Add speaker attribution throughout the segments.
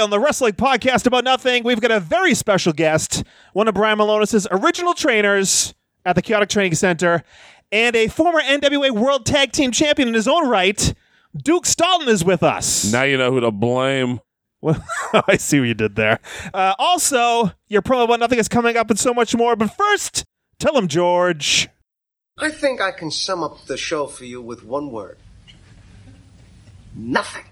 Speaker 1: on the Wrestling Podcast About Nothing, we've got a very special guest, one of Brian Malonis' original trainers at the Chaotic Training Center, and a former NWA World Tag Team Champion in his own right. Duke Stalton is with us.
Speaker 2: Now you know who to blame.
Speaker 1: Well, I see what you did there. Uh, also, your promo about nothing is coming up and so much more. But first, tell him, George.
Speaker 3: I think I can sum up the show for you with one word nothing.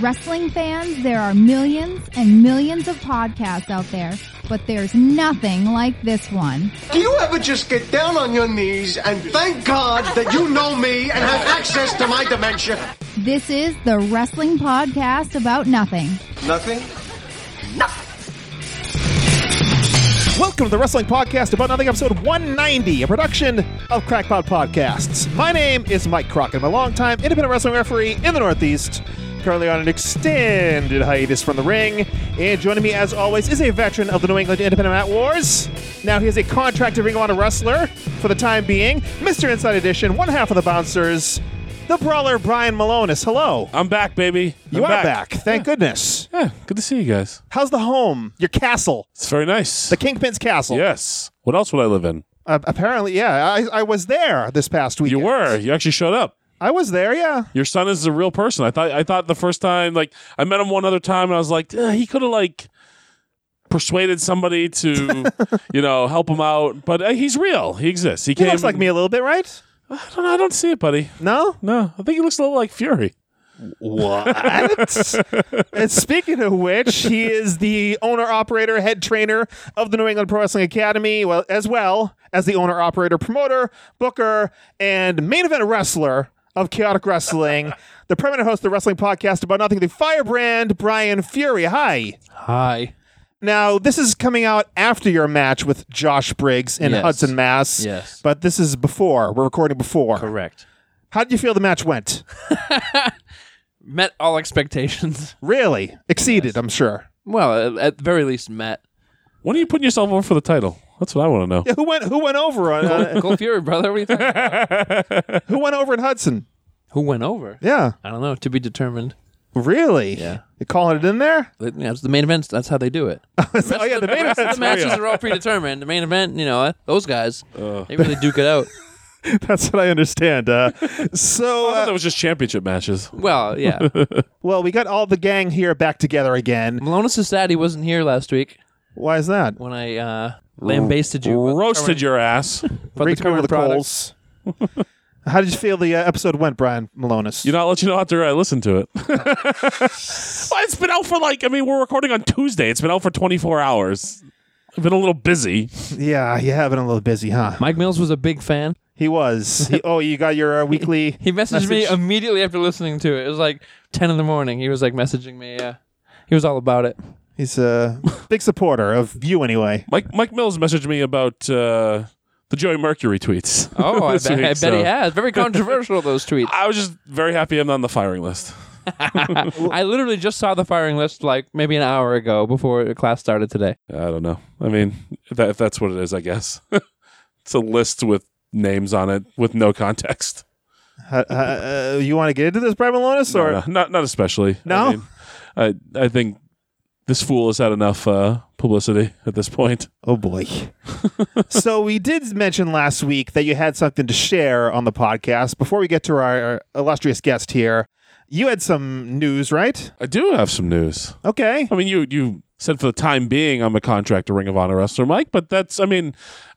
Speaker 4: Wrestling fans, there are millions and millions of podcasts out there, but there's nothing like this one.
Speaker 3: Do you ever just get down on your knees and thank God that you know me and have access to my dementia?
Speaker 4: This is the Wrestling Podcast About Nothing.
Speaker 3: Nothing? Nothing.
Speaker 1: Welcome to the Wrestling Podcast About Nothing, episode 190, a production of Crackpot Podcasts. My name is Mike Crockett. I'm a longtime independent wrestling referee in the Northeast, currently on an extended hiatus from the ring. And joining me, as always, is a veteran of the New England Independent Mat Wars. Now he is a contracted ring honor wrestler for the time being, Mr. Inside Edition, one half of the Bouncers, the brawler Brian Malonis. Hello.
Speaker 2: I'm back, baby.
Speaker 1: You
Speaker 2: I'm
Speaker 1: are back. Thank goodness.
Speaker 2: Yeah, good to see you guys.
Speaker 1: How's the home? Your castle?
Speaker 2: It's very nice.
Speaker 1: The Kingpin's castle?
Speaker 2: yes. What else would I live in?
Speaker 1: Uh, apparently, yeah. I, I was there this past week.
Speaker 2: You were. You actually showed up.
Speaker 1: I was there, yeah.
Speaker 2: Your son is a real person. I thought. I thought the first time, like, I met him one other time, and I was like, "Eh, he could have like persuaded somebody to, you know, help him out. But uh, he's real. He exists. He,
Speaker 1: He
Speaker 2: came.
Speaker 1: looks like me a little bit, right?
Speaker 2: I don't, know. I don't see it, buddy.
Speaker 1: No?
Speaker 2: No, I think he looks a little like Fury.
Speaker 1: What? and speaking of which, he is the owner operator, head trainer of the New England Pro Wrestling Academy, well, as well as the owner operator, promoter, booker, and main event wrestler of Chaotic Wrestling, the permanent host of the wrestling podcast about nothing, the firebrand Brian Fury. Hi.
Speaker 5: Hi.
Speaker 1: Now, this is coming out after your match with Josh Briggs in
Speaker 5: Yes.
Speaker 1: Hudson, Mass.
Speaker 5: Yes.
Speaker 1: But this is before. We're recording before.
Speaker 5: Correct.
Speaker 1: How did you feel the match went?
Speaker 5: Met all expectations.
Speaker 1: Really? Exceeded, I'm sure.
Speaker 5: Well, at, at the very least, met.
Speaker 2: When are you putting yourself over for the title? That's what I want to know.
Speaker 1: Yeah, who went who went over on uh,
Speaker 5: Go Fury, brother. What are you talking about?
Speaker 1: who went over in Hudson?
Speaker 5: Who went over?
Speaker 1: Yeah.
Speaker 5: I don't know. To be determined.
Speaker 1: Really?
Speaker 5: Yeah.
Speaker 1: You calling it in there?
Speaker 5: But, you know, it's the main events. That's how they do it. The
Speaker 1: oh yeah, the main
Speaker 5: rest of
Speaker 1: event.
Speaker 5: the matches are all predetermined. The main event, you know, uh, those guys,
Speaker 1: Uh.
Speaker 5: they really duke it out.
Speaker 1: That's what I understand. Uh, so
Speaker 2: I thought
Speaker 1: uh,
Speaker 2: that was just championship matches.
Speaker 5: Well, yeah.
Speaker 1: well, we got all the gang here back together again.
Speaker 5: Malonis is sad he wasn't here last week
Speaker 1: Why is that?
Speaker 5: when I uh, lambasted you. with
Speaker 2: Roasted your ass.
Speaker 5: about
Speaker 1: Raked me over
Speaker 5: current
Speaker 1: the
Speaker 5: product.
Speaker 1: coals. How did you feel the uh, episode went, Brian Malonis?
Speaker 2: You not let you know after I listen to it. well, it's been out for like I mean we're recording on Tuesday. It's been out for 24 hours. I've been a little busy.
Speaker 1: yeah, you have been a little busy, huh?
Speaker 5: Mike Mills was a big fan.
Speaker 1: He was. He, oh, you got your uh, weekly.
Speaker 5: He messaged me
Speaker 1: message?
Speaker 5: immediately after listening to it. It was like 10 in the morning. He was like messaging me. Uh, he was all about it.
Speaker 1: He's a big supporter of you, anyway.
Speaker 2: Mike Mike Mills messaged me about uh, the Joey Mercury tweets.
Speaker 5: Oh, I,
Speaker 2: this
Speaker 5: bet,
Speaker 2: week,
Speaker 5: I bet
Speaker 2: so-
Speaker 5: he has. Very controversial, those tweets.
Speaker 2: I was just very happy I'm not on the firing list.
Speaker 5: I literally just saw the firing list like maybe an hour ago before the class started today.
Speaker 2: I don't know. I mean, if, that, if that's what it is, I guess it's a list with names on it with no context.
Speaker 1: Uh, uh, uh, you want to get into this, Brian Malonis, or
Speaker 2: No, not not especially.
Speaker 1: No?
Speaker 2: I, mean, I I think this fool has had enough uh, publicity at this point.
Speaker 1: Oh boy. so we did mention last week that you had something to share on the podcast. Before we get to our illustrious guest here, you had some news, right?
Speaker 2: I do have some news.
Speaker 1: Okay.
Speaker 2: I mean, you you said for the time being, I'm a contractor Ring of Honor wrestler, Mike. But that's, I mean,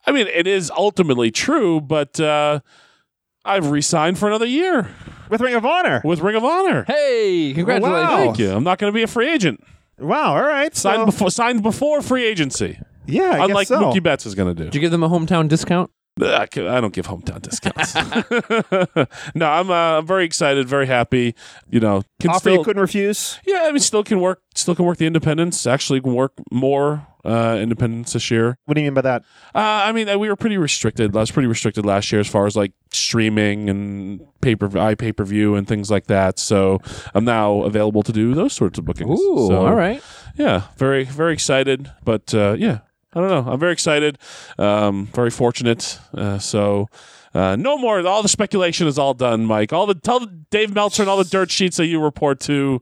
Speaker 2: I mean, it is ultimately true. But uh, I've re-signed for another year
Speaker 1: With Ring of Honor.
Speaker 2: with Ring of Honor.
Speaker 5: Hey,
Speaker 2: Oh,
Speaker 5: congratulations.
Speaker 1: Wow.
Speaker 2: Thank you. I'm not going to be a free agent.
Speaker 1: Wow. All right.
Speaker 2: Signed
Speaker 1: So,
Speaker 2: before signed before free agency.
Speaker 1: yeah, I
Speaker 2: unlike
Speaker 1: guess so.
Speaker 2: Mookie Betts is going to
Speaker 5: Did
Speaker 2: do.
Speaker 5: you give them a hometown discount?
Speaker 2: Ugh, I c- I don't give hometown discounts. no, I'm uh, very excited, very happy. You know, can
Speaker 1: Offer
Speaker 2: still-
Speaker 1: you couldn't refuse.
Speaker 2: Yeah, I mean, still can work. Still can work the independents. Actually, can work more uh, independents this year.
Speaker 1: What do you mean by that?
Speaker 2: Uh, I mean, uh, we were pretty restricted. I was pretty restricted last year as far as like streaming and pay per i pay per view and things like that. So I'm now available to do those sorts of bookings.
Speaker 5: Ooh,
Speaker 2: So,
Speaker 5: all right.
Speaker 2: Yeah, very very excited. But uh, yeah, I don't know. I'm very excited. Um, very fortunate. Uh, so. Uh, no more. All the speculation is all done, Mike. All the tell Dave Meltzer and all the dirt sheets that you report to.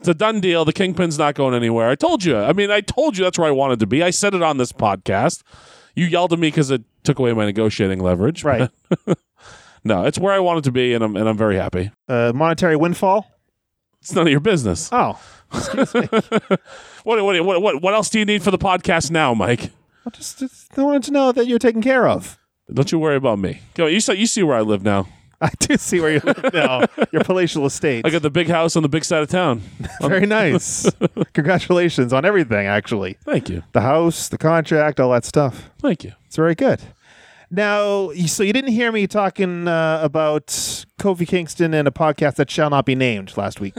Speaker 2: it's a done deal. The kingpin's not going anywhere. I told you. I mean, I told you that's where I wanted to be. I said it on this podcast. You yelled at me because it took away my negotiating leverage.
Speaker 1: Right.
Speaker 2: No, it's where I wanted to be, and I'm and I'm very happy.
Speaker 1: Uh, monetary windfall.
Speaker 2: It's none of your business.
Speaker 1: Oh,
Speaker 2: What what what what, what else do you need for the podcast now, Mike?
Speaker 1: I just, just wanted to know that you're taken care of.
Speaker 2: Don't you worry about me. Go. You see, you see where I live now.
Speaker 1: I do see where you live now. Your palatial estate.
Speaker 2: I got the big house on the big side of town.
Speaker 1: Very nice. Congratulations on everything, actually.
Speaker 2: Thank you.
Speaker 1: The house, the contract, all that stuff.
Speaker 2: Thank you.
Speaker 1: It's very good. Now, you- so you didn't hear me talking uh, about Kofi Kingston in a podcast that shall not be named last week.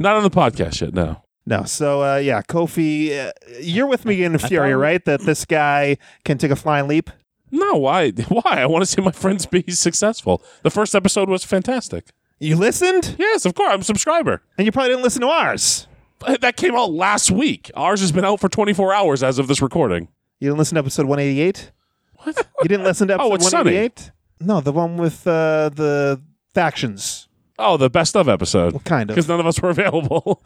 Speaker 2: Not on the podcast yet. No.
Speaker 1: no. So, uh, yeah, Kofi, uh, you're with me in Fury, right? That this guy can take a flying leap.
Speaker 2: No. Why? Why? I want to see my friends be successful. The first episode was fantastic.
Speaker 1: You listened?
Speaker 2: Yes, of course. I'm a subscriber.
Speaker 1: And you probably didn't listen to ours.
Speaker 2: But That came out last week. Ours has been out for 24 hours as of this recording.
Speaker 1: You didn't listen to episode 188? What? You didn't listen to
Speaker 2: Oh,
Speaker 1: episode
Speaker 2: it's Sunny.
Speaker 1: 188? No, the one with uh, the factions.
Speaker 2: Oh, the best of episode.
Speaker 1: Well, kind of.
Speaker 2: Because none of us were available.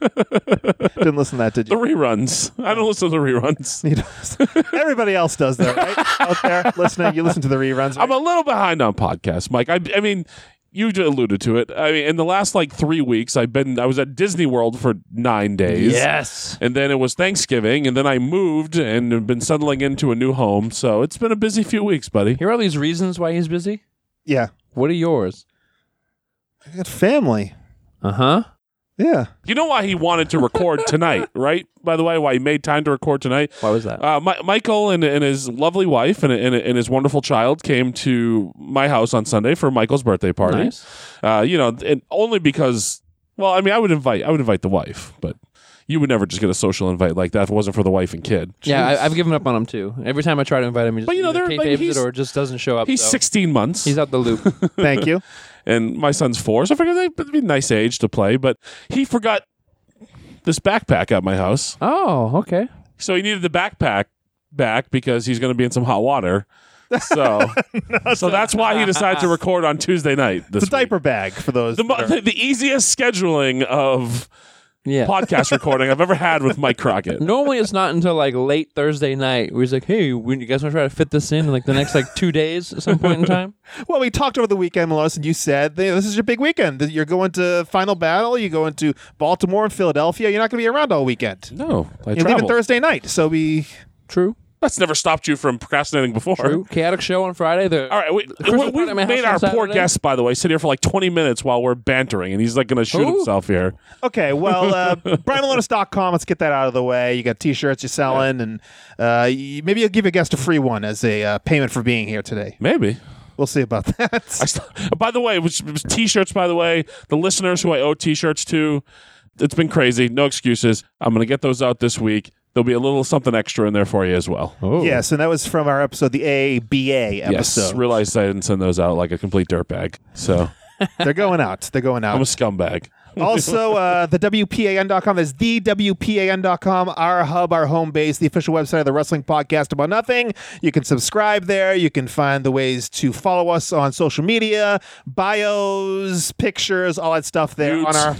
Speaker 1: Didn't listen to that, did
Speaker 2: the
Speaker 1: you?
Speaker 2: reruns. I don't listen to the reruns.
Speaker 1: You don't- Everybody else does, though, right? Out there listening, you listen to the reruns.
Speaker 2: I'm a little behind on podcasts, Mike. I, I mean, you j- alluded to it. I mean, in the last like three weeks, I've been I was at Disney World for nine days.
Speaker 5: Yes.
Speaker 2: And then it was Thanksgiving, and then I moved and have been settling into a new home. So it's been a busy few weeks, buddy.
Speaker 5: Here are all these reasons why he's busy.
Speaker 1: yeah,
Speaker 5: What are yours?
Speaker 1: I got family.
Speaker 5: Uh
Speaker 2: Uh-huh.
Speaker 5: huh.
Speaker 1: Yeah,
Speaker 2: You know why he wanted to record tonight, right? By the way, why he made time to record tonight.
Speaker 5: Why was that?
Speaker 2: Uh, Mi- Michael and, and his lovely wife and, and, and his wonderful child came to my house on Sunday for Michael's birthday party.
Speaker 5: Nice.
Speaker 2: Uh, you know, and only because, well, I mean, I would invite, I would invite the wife, but you would never just get a social invite like that if it wasn't for the wife and kid.
Speaker 5: Yeah, I, I've given up on him too. Every time I try to invite him, he just
Speaker 2: But, you know,
Speaker 5: either
Speaker 2: they're- like,
Speaker 5: kayfabes
Speaker 2: he's-
Speaker 5: it or just doesn't show up.
Speaker 2: He's
Speaker 5: so
Speaker 2: 16 months.
Speaker 5: He's out the loop.
Speaker 1: thank you.
Speaker 2: and my son's four, so I figured that'd be a nice age to play. But he forgot this backpack at my house,
Speaker 5: oh, okay.
Speaker 2: so he needed the backpack back because he's going to be in some hot water. So, so that's why he decided to record on Tuesday night. This
Speaker 1: It's a
Speaker 2: week.
Speaker 1: diaper bag for those.
Speaker 2: The, mo-
Speaker 1: that are-
Speaker 2: the, the easiest scheduling of
Speaker 5: Yeah.
Speaker 2: podcast recording I've ever had with Mike Crockett.
Speaker 5: Normally, it's not until like late Thursday night where he's like, "Hey, we, you guys want to try to fit this in, in like the next like two days at some point in time?"
Speaker 1: well, we talked over the weekend, Melissa, and you said "Hey, this is your big weekend. that You're going to Final Battle. You're going to Baltimore and Philadelphia. You're not going to be around all weekend.
Speaker 5: Oh,
Speaker 2: No, I
Speaker 1: You're leaving
Speaker 2: traveled.
Speaker 1: Thursday night, so we.
Speaker 5: True.
Speaker 2: That's never stopped you from procrastinating before.
Speaker 5: True. Chaotic show on Friday. The
Speaker 2: All right, we, we,
Speaker 5: Christmas party
Speaker 2: we've
Speaker 5: at my house
Speaker 2: made
Speaker 5: on
Speaker 2: our poor
Speaker 5: Saturday.
Speaker 2: guest, by the way, sit here for like 20 minutes while we're bantering, and he's like going to shoot
Speaker 5: Who?
Speaker 2: himself here.
Speaker 1: Okay, well, uh, BrianMalonis.com. Let's get that out of the way. You got T-shirts you're selling, and uh, y- maybe you'll give a guest a free one as a uh, payment for being here today.
Speaker 2: Maybe.
Speaker 1: We'll see about that.
Speaker 2: I st- by the way, it was, it was t-shirts. By the way, the listeners who I owe t-shirts to, it's been crazy. No excuses. I'm going to get those out this week. There'll be a little something extra in there for you as well.
Speaker 5: Oh.
Speaker 1: Yes, and that was from our episode, the ABA
Speaker 2: Yes,
Speaker 1: episode.
Speaker 2: realized I didn't send those out like a complete dirtbag. So
Speaker 1: They're going out. They're going
Speaker 2: I'm a
Speaker 1: out.
Speaker 2: scumbag.
Speaker 1: also, uh, the WPAN.com is the WPAN.com, our hub, our home base, the official website of the Wrestling Podcast About Nothing. You can subscribe there. You can find the ways to follow us on social media, bios, pictures, all that stuff there on
Speaker 2: Nudes.
Speaker 1: our.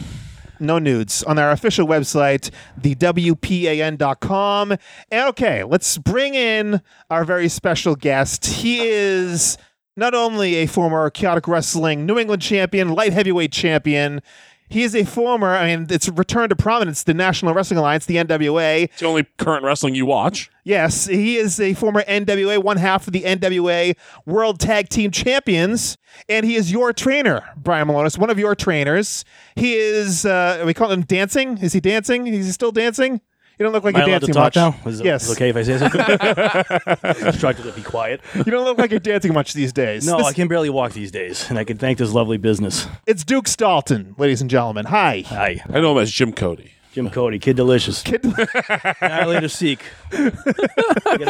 Speaker 1: No nudes on our official website, the WPAN.com. And okay, let's bring in our very special guest. He is not only a former chaotic wrestling New England champion, light heavyweight champion, he is a former, I mean, it's returned to prominence, the National Wrestling Alliance, the NWA.
Speaker 2: It's the only current wrestling you watch.
Speaker 1: Yes, he is a former NWA, one half of the NWA World Tag Team Champions, and he is your trainer, Brian Malonis, one of your trainers. He is, uh, we call him dancing. Is he dancing? Is he still dancing? You don't look like
Speaker 6: Am I
Speaker 1: you're
Speaker 6: allowed to
Speaker 1: dancing
Speaker 6: talk
Speaker 1: much.
Speaker 6: now? Is it,
Speaker 1: yes,
Speaker 6: is it okay if I say something? Instructed to be quiet.
Speaker 1: you don't look like you're dancing much these days.
Speaker 6: No,
Speaker 1: This-
Speaker 6: I can barely walk these days, and I can thank this lovely business.
Speaker 1: it's Duke Staunton, ladies and gentlemen. Hi.
Speaker 6: Hi,
Speaker 2: I know him as Jim Cody.
Speaker 6: Jim Cody, Kid Delicious. Kid Annihilator Seek.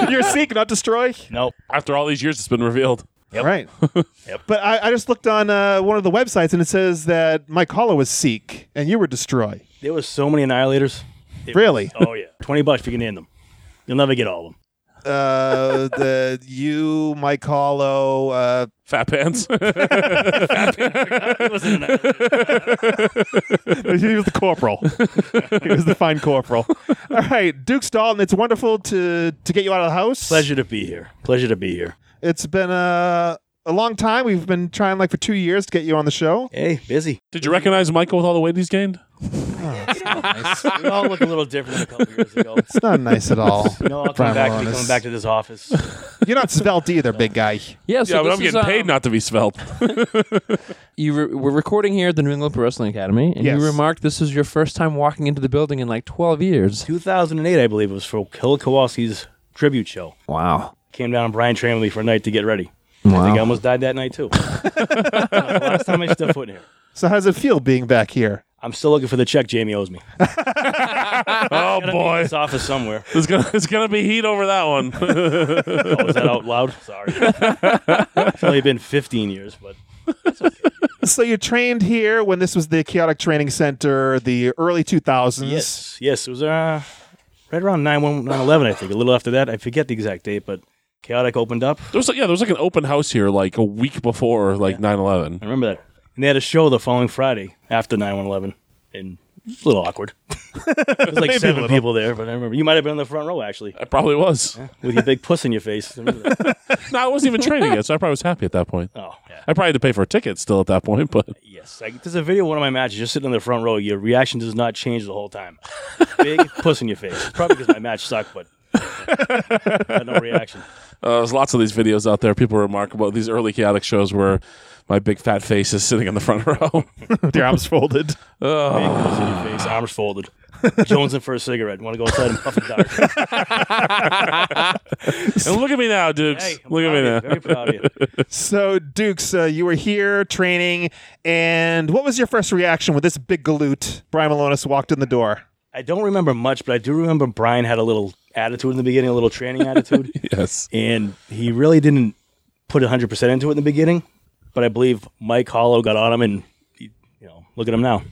Speaker 1: You're seek, not destroy.
Speaker 6: Nope.
Speaker 2: After all these years, it's been revealed.
Speaker 1: Right. But I, I just looked on uh, one of the websites and it says that Mike Hollow was seek and you were destroy.
Speaker 6: There was so many Annihilators. It
Speaker 1: Really?
Speaker 6: was- oh, yeah. 20 bucks if you can name them. You'll never get all of them.
Speaker 1: Uh, the you, Mike Hollow, uh,
Speaker 2: Fat pants.
Speaker 1: he was the corporal. he was the fine corporal. All right, Duke Dalton. It's wonderful to to get you out of the house.
Speaker 6: Pleasure to be here. Pleasure to be here.
Speaker 1: It's been a a long time. We've been trying like for two years to get you on the show.
Speaker 6: Hey, busy.
Speaker 2: Did you recognize Michael with all the weight he's gained?
Speaker 6: we all look a little different than a couple years ago.
Speaker 1: It's not nice at all.
Speaker 6: You know, I'll come
Speaker 1: Prime
Speaker 6: back, be
Speaker 1: Malonis.
Speaker 6: coming back to this office.
Speaker 1: You're not svelte either, big guy.
Speaker 5: Yeah, so
Speaker 2: yeah, but
Speaker 5: this
Speaker 2: I'm getting
Speaker 5: is, um,
Speaker 2: paid not to be svelte. Oh,
Speaker 5: You re- we're recording here at the New England Pro Wrestling Academy, and
Speaker 1: Yes.
Speaker 5: you remarked this is your first time walking into the building in like 12 years.
Speaker 6: 2008, I believe, it was for Hill Kowalski's tribute show.
Speaker 5: Wow.
Speaker 6: Came down on Brian Tramley for a night to get ready. I think I
Speaker 5: Wow.
Speaker 6: almost died that night, too. Last time I stepped foot in here.
Speaker 1: So how does it feel being back here?
Speaker 6: I'm still looking for the check Jamie owes me.
Speaker 2: oh
Speaker 6: Gotta be uh, in
Speaker 2: boy,
Speaker 6: This office somewhere.
Speaker 2: there's gonna there's gonna be heat over that one.
Speaker 6: Oh, is that out loud? Sorry. it's only been 15 years, but
Speaker 1: So you trained here when this was the Chaotic Training Center, the early 2000s.
Speaker 6: yes, yes, it was uh, right around 9 11, I think. A little after that, I forget the exact date, but Chaotic opened up.
Speaker 2: There was like, yeah, there was like an open house here like a week before like 9/11.
Speaker 6: I remember that. And they had a show the following Friday after 9 11. And it's a little awkward. There's like seven people there, but I remember. You might have been in the front row, actually,
Speaker 2: I probably was.
Speaker 6: with your big puss in your face. I remember that.
Speaker 2: No, I wasn't even training yet, so I probably was happy at that point.
Speaker 6: Oh, yeah.
Speaker 2: I probably had to pay for a ticket still at that point, but
Speaker 6: Yes. Like, there's a video of one of my matches just sitting in the front row. Your reaction does not change the whole time. Big puss in your face. Probably because my match sucked, but I had no reaction.
Speaker 2: uh, there's lots of these videos out there. People remark about these early chaotic shows where my big fat face is sitting in the front row.
Speaker 1: With your arms folded.
Speaker 6: Big puss in your face, arms folded. Jonesing for a cigarette. Want to go outside and puff a dart.
Speaker 2: and look at me now, Dukes.
Speaker 6: Hey, I'm
Speaker 2: look at
Speaker 6: proud
Speaker 2: me
Speaker 6: of you.
Speaker 2: now.
Speaker 6: Very proud of you.
Speaker 1: So, Dukes, uh, you were here training, and what was your first reaction when this big galoot, Brian Malonis, walked in the door?
Speaker 6: I don't remember much, but I do remember Brian had a little attitude in the beginning, a little training attitude.
Speaker 2: Yes.
Speaker 6: and he really didn't put 100% into it in the beginning but i believe mike hollow got on him and he, you know look at him now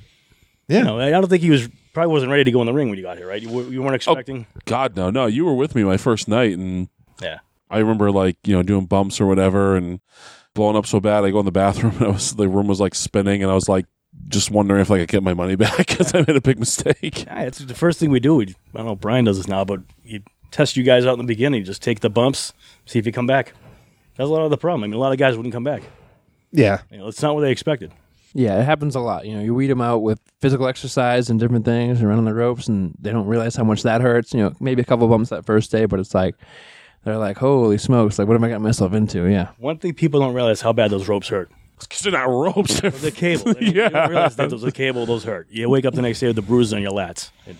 Speaker 1: Yeah.
Speaker 6: you know, i don't think he was probably wasn't ready to go in the ring when you got here right you, w- you weren't expecting
Speaker 2: God, no, no. You were with me my first night, and
Speaker 6: yeah
Speaker 2: I remember like you know doing bumps or whatever, and blowing up so bad. I go in the bathroom, and I was the room was like spinning, and I was like just wondering if like I could get my money back because I made a big mistake.
Speaker 6: yeah it's the first thing we do we, i don't know if brian does this now but you test you guys out in the beginning just take the bumps see if you come back that's a lot of the problem i mean a lot of guys wouldn't come back
Speaker 1: Yeah.
Speaker 6: you know it's not what they expected
Speaker 5: Yeah, it happens a lot. You know, you weed them out with physical exercise and different things and running the ropes, and they don't realize how much that hurts. You know, maybe a couple bumps that first day, but it's like, they're like, holy smokes, like, what am I getting myself into? Yeah.
Speaker 6: one thing people don't realize how bad those ropes hurt
Speaker 2: Because they're not ropes. they're
Speaker 6: the cable. yeah. You don't realize that those are the cable, those hurt. You wake up the next day with the bruises on your lats. And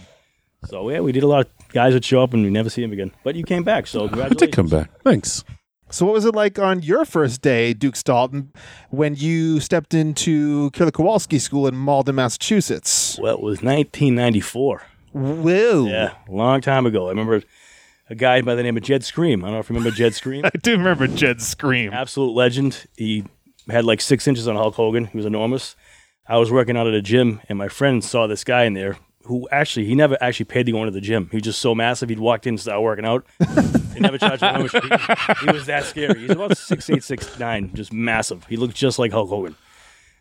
Speaker 6: so yeah, we did a lot of guys would show up and we never see them again. But you came back, so
Speaker 2: I did
Speaker 6: congratulations.
Speaker 2: come back. Thanks.
Speaker 1: So, what was it like on your first day, Dukes Dalton, when you stepped into Killer Kowalski School in Malden, Massachusetts?
Speaker 6: Well, it was 1994.
Speaker 1: Whoa.
Speaker 6: Yeah, a long time ago. I remember a guy by the name of Jed Scream. I don't know if you remember Jed Scream.
Speaker 1: I do remember Jed's scream.
Speaker 6: Absolute legend. He had like six inches on Hulk Hogan. He was enormous. I was working out at a gym, and my friend saw this guy in there who actually he never actually paid to go into the gym. He was just so massive. He'd walked in, and started working out. he never charged me much. He, he was that scary. He's about six eight, six nine, just massive. He looked just like Hulk Hogan.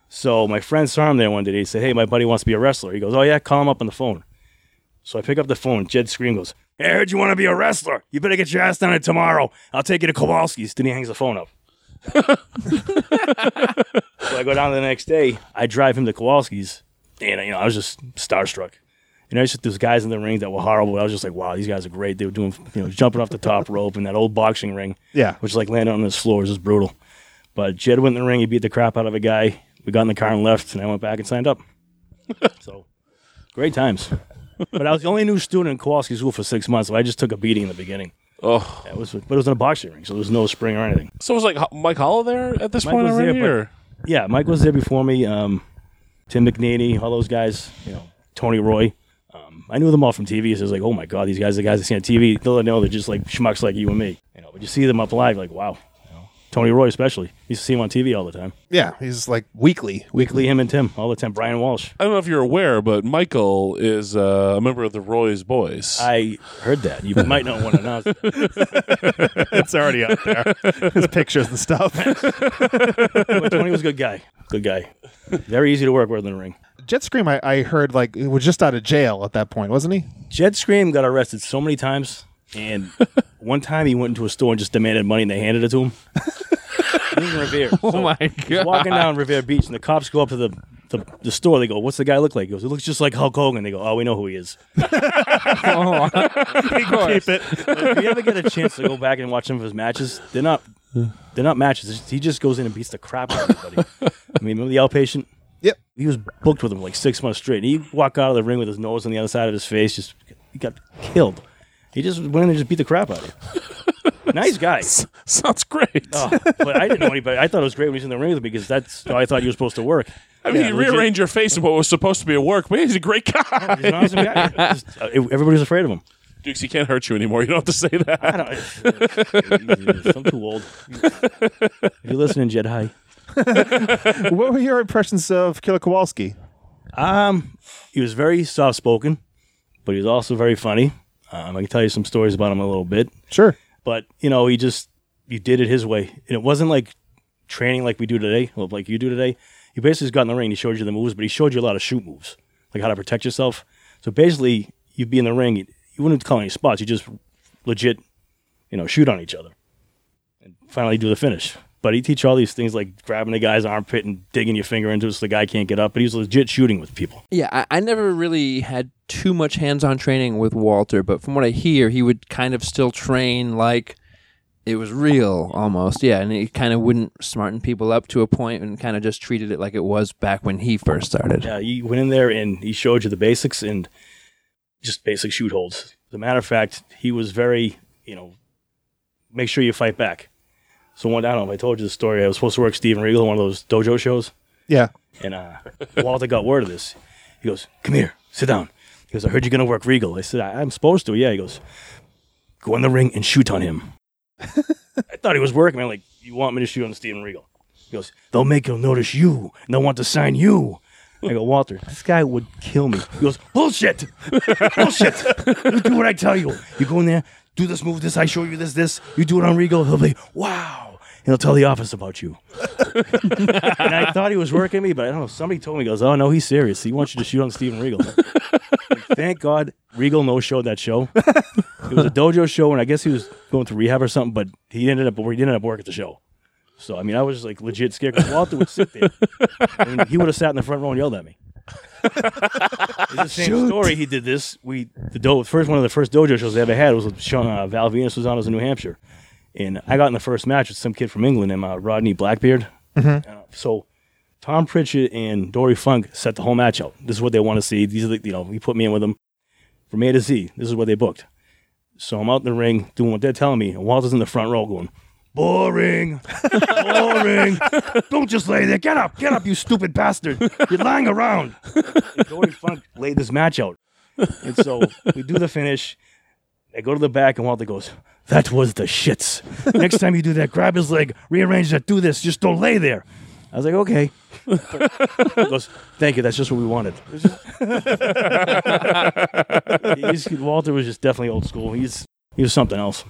Speaker 6: So my friend saw him there one day. He said, "Hey, my buddy wants to be a wrestler." He goes, "Oh yeah, call him up on the phone." So I pick up the phone. Jed Scream goes, "Hey, I heard you want to be a wrestler. You better get your ass down it tomorrow. I'll take you to Kowalski's." Then he hangs the phone up. So I go down the next day. I drive him to Kowalski's, and you know I was just starstruck. And I just there's guys in the ring that were horrible. I was just like, wow, these guys are great. They were doing you know jumping off the top rope and that old boxing ring,
Speaker 1: Yeah.
Speaker 6: which like landed on his floor is just brutal. But Jed went in the ring. He beat the crap out of a guy. We got in the car and left, and I went back and signed up. so great times. But I was the only new student in Kowalski School for six months, so I just took a beating in the beginning.
Speaker 2: Oh,
Speaker 6: That was, but it was in a boxing ring, so there was no spring or anything.
Speaker 2: so was like Ho- Mike Hollow there at this
Speaker 6: Mike
Speaker 2: point
Speaker 6: was
Speaker 2: already.
Speaker 6: there, but-
Speaker 2: or-
Speaker 6: Yeah, Mike was there before me. Um, Tim McNady, all those guys. You know, Tony Roy. Um, I knew them all from TV. So it was like, oh my god, these guys, are the guys I see on TV, they'll know they're just like schmucks like you and me. You know, but you see them up live, like wow. You know, Tony Roy, especially. Used to see him on TV all the time.
Speaker 1: Yeah, he's like weekly.
Speaker 6: Weekly, him and Tim, all the time. Brian Walsh.
Speaker 2: I don't know if you're aware, but Michael is uh, a member of the Roy's Boys.
Speaker 6: I heard that. You might not want to announce it.
Speaker 1: It's already out there. His pictures and stuff.
Speaker 6: But Tony was a good guy. Good guy. Very easy to work with in the ring.
Speaker 1: Jet Scream, I, I heard like was just out of jail at that point, wasn't he?
Speaker 6: Jed Scream got arrested so many times, and one time he went into a store and just demanded money, and they handed it to him. He was in Revere. So
Speaker 5: Oh my
Speaker 6: he's
Speaker 5: god!
Speaker 6: walking down Revere Beach, and the cops go up to the, the the store. They go, "What's the guy look like?" He goes, "It looks just like Hulk Hogan." They go, "Oh, we know who he is."
Speaker 5: Oh, of course.
Speaker 1: it.
Speaker 6: if you ever get a chance to go back and watch some of his matches, they're not they're not matches. It's- He just goes in and beats the crap out of everybody. I mean, remember the outpatient?
Speaker 1: Yep.
Speaker 6: He was booked with him like six months straight. And he walked out of the ring with his nose on the other side of his face. Just he got killed. He just went in and just beat the crap out of him. nice guy.
Speaker 2: Sounds great.
Speaker 6: Oh, but I didn't know anybody. I thought it was great when he was in the ring with me because that's how I thought you were supposed to work.
Speaker 2: I mean,
Speaker 6: Yeah,
Speaker 2: he
Speaker 6: legit-
Speaker 2: rearranged your face in what was supposed to be a work, but he's a great guy.
Speaker 6: He's an awesome guy. Just, uh, everybody's afraid of him.
Speaker 2: Dukes, he can't hurt you anymore. You don't have to say that.
Speaker 6: I don't. I'm too old. If you're listening, Jed, hi.
Speaker 1: what were your impressions of Killer Kowalski?
Speaker 6: Um, he was very soft spoken, but he was also very funny. Um, I can tell you some stories about him in a little bit,
Speaker 1: Sure.
Speaker 6: but you know, he just he did it his way, and it wasn't like training like we do today, well, like you do today. He basically just got in the ring, he showed you the moves, but he showed you a lot of shoot moves, like how to protect yourself. So basically, you'd be in the ring, you wouldn't call any spots, you just legit, you know, shoot on each other, and finally do the finish. But he teach all these things like grabbing a guy's armpit and digging your finger into it so the guy can't get up. But he was legit shooting with people.
Speaker 5: Yeah, I, I never really had too much hands-on training with Walter, but from what I hear, he would kind of still train like it was real almost. Yeah, and he kind of wouldn't smarten people up to a point and kind of just treated it like it was back when he first started.
Speaker 6: Yeah, he went in there and he showed you the basics and just basic shoot holds. As a matter of fact, he was very, you know, make sure you fight back. So one, I don't know if I told you the story. I was supposed to work Steven Regal in one of those dojo shows,
Speaker 1: Yeah.
Speaker 6: and uh, Walter got word of this. He goes, "Come here, sit down." He goes, "I heard you're gonna work Regal." I said, I- "I'm supposed to." Yeah. He goes, "Go in the ring and shoot on him." I thought he was working. I'm like, "You want me to shoot on Steven Regal?" He goes, "They'll make him notice you, and they'll want to sign you." I go, Walter, this guy would kill me. He goes, bullshit, bullshit. You do what I tell you. You go in there, do this move, this. I show you this, this. You do it on Regal. He'll be, wow. And he'll tell the office about you. and I thought he was working me, but I don't know. Somebody told me, he goes, oh no, he's serious. He wants you to shoot on Steven Regal. Like, Thank God Regal no showed that show. It was a dojo show, and I guess he was going to rehab or something. But he ended up he ended up working at the show. So I mean, I was like legit scared because Walter would sit there. and he would have sat in the front row and yelled at me. it's the same story. He did this. We the do- first one of the first dojo shows I ever had was with Sean, uh, Val Venus was on. It was in New Hampshire, and I got in the first match with some kid from England, and uh, Rodney Blackbeard. Uh, so Tom Pritchett and Dory Funk set the whole match out. This is what they want to see. These are the you know he put me in with them from A to Z. This is what they booked. So I'm out in the ring doing what they're telling me, and Walter's in the front row going, "Boring, boring. Don't just lay there. Get up, get up, you stupid bastard. You're lying around." And Dory Funk laid this match out, and so we do the finish. I go to the back, and Walter goes, "That was the shits. Next time you do that, grab his leg, rearrange that, do this. Just don't lay there." I was like, "Okay." he goes, "Thank you. That's just what we wanted." He's- Walter was just definitely old school. He's he was something else.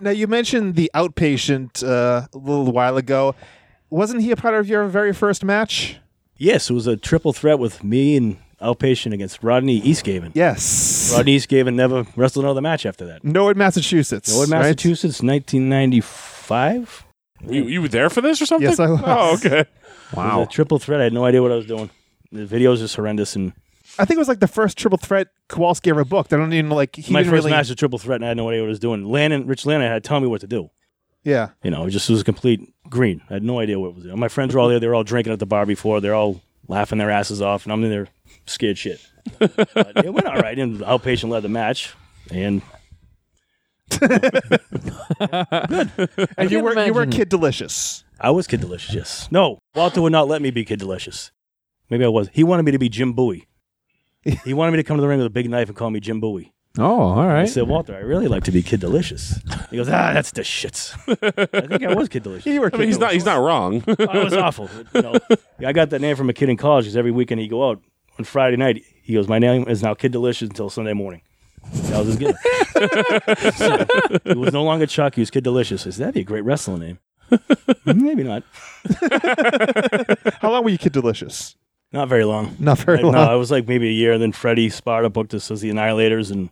Speaker 1: Now you mentioned the outpatient uh, a little while ago. Wasn't he a part of your very first match?
Speaker 6: Yes, it was a triple threat with me and outpatient against Rodney Eastgaven.
Speaker 1: Yes.
Speaker 6: Rodney Eastgaven never wrestled another match after that.
Speaker 1: Norwood, Massachusetts.
Speaker 6: Norwood,
Speaker 1: right?
Speaker 6: Massachusetts, 1995.
Speaker 2: You, you were there for this or something?
Speaker 1: Yes, I was.
Speaker 2: Oh, okay.
Speaker 6: It was a triple threat. I had no idea what I was doing. The videos just horrendous. And
Speaker 1: I think it was like the first triple threat Kowalski ever booked. I don't even like he
Speaker 6: my
Speaker 1: didn't
Speaker 6: first
Speaker 1: really.
Speaker 6: match was triple threat, and I had no idea what I was doing. Landon, Rich Landon had to tell me what to do.
Speaker 1: Yeah.
Speaker 6: You know, it just was a complete green. I had no idea what was doing. My friends were all there. They were all drinking at the bar before. They're all laughing their asses off, and I'm in there scared shit. but it went all right. And outpatient led the match, and
Speaker 1: And you
Speaker 5: can't
Speaker 1: were you were
Speaker 5: imagine-
Speaker 1: Kid Delicious.
Speaker 6: I was Kid Delicious. Yes. No, Walter would not let me be Kid Delicious. Maybe I was. He wanted me to be Jim Bowie. He wanted me to come to the ring with a big knife and call me Jim Bowie.
Speaker 5: Oh, all
Speaker 6: I
Speaker 5: right.
Speaker 6: said, Walter, I really like to be Kid Delicious. He goes, ah, that's the shits. I think I was Kid Delicious.
Speaker 1: You were
Speaker 2: I mean, he's not he's not wrong.
Speaker 6: Oh, it was awful. You know, I got that name from a kid in college because every weekend he'd go out on Friday night. He goes, my name is now Kid Delicious until Sunday morning. That was his gift. So, it was no longer Chuck. He was Kid Delicious. I said, that'd be a great wrestling name. Maybe not.
Speaker 1: How long were you Kid Delicious?
Speaker 6: Not very long.
Speaker 1: Not very
Speaker 6: I,
Speaker 1: long.
Speaker 6: No, it was like maybe a year. And then Freddie Sparta booked us as the Annihilators, and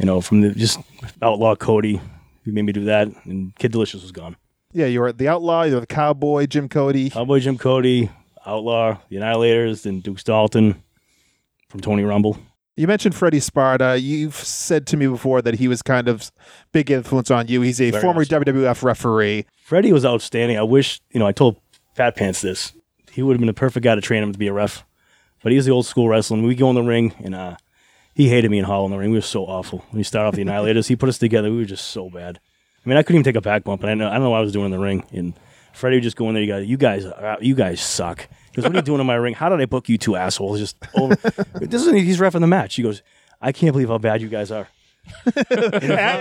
Speaker 6: you know, from the just Outlaw Cody, who made me do that, and Kid Delicious was gone.
Speaker 1: Yeah, you were the Outlaw, you were the Cowboy, Jim Cody.
Speaker 6: Cowboy Jim Cody, Outlaw, the Annihilators, then Duke Dalton from Tony Rumble.
Speaker 1: You mentioned Freddie Sparta. You've said to me before that he was kind of big influence on you. He's a
Speaker 6: Very
Speaker 1: former
Speaker 6: much so.
Speaker 1: WWF referee.
Speaker 6: Freddie was outstanding. I wish you know. I told Fat Pants this. He would have been the perfect guy to train him to be a ref, but he's the old school wrestling. We go in the ring, and uh, he hated me and Hall in the ring. We were so awful. When he started off the Annihilators, he put us together. We were just so bad. I mean, I couldn't even take a back bump, and I know I don't know what I was doing in the ring. And Freddie would just go in there. You guys, you guys, are- you guys suck. He goes, "What are you doing in my ring? How did I book you two assholes?" Just over. this is he's refing the match. He goes, "I can't believe how bad you guys are."
Speaker 1: At-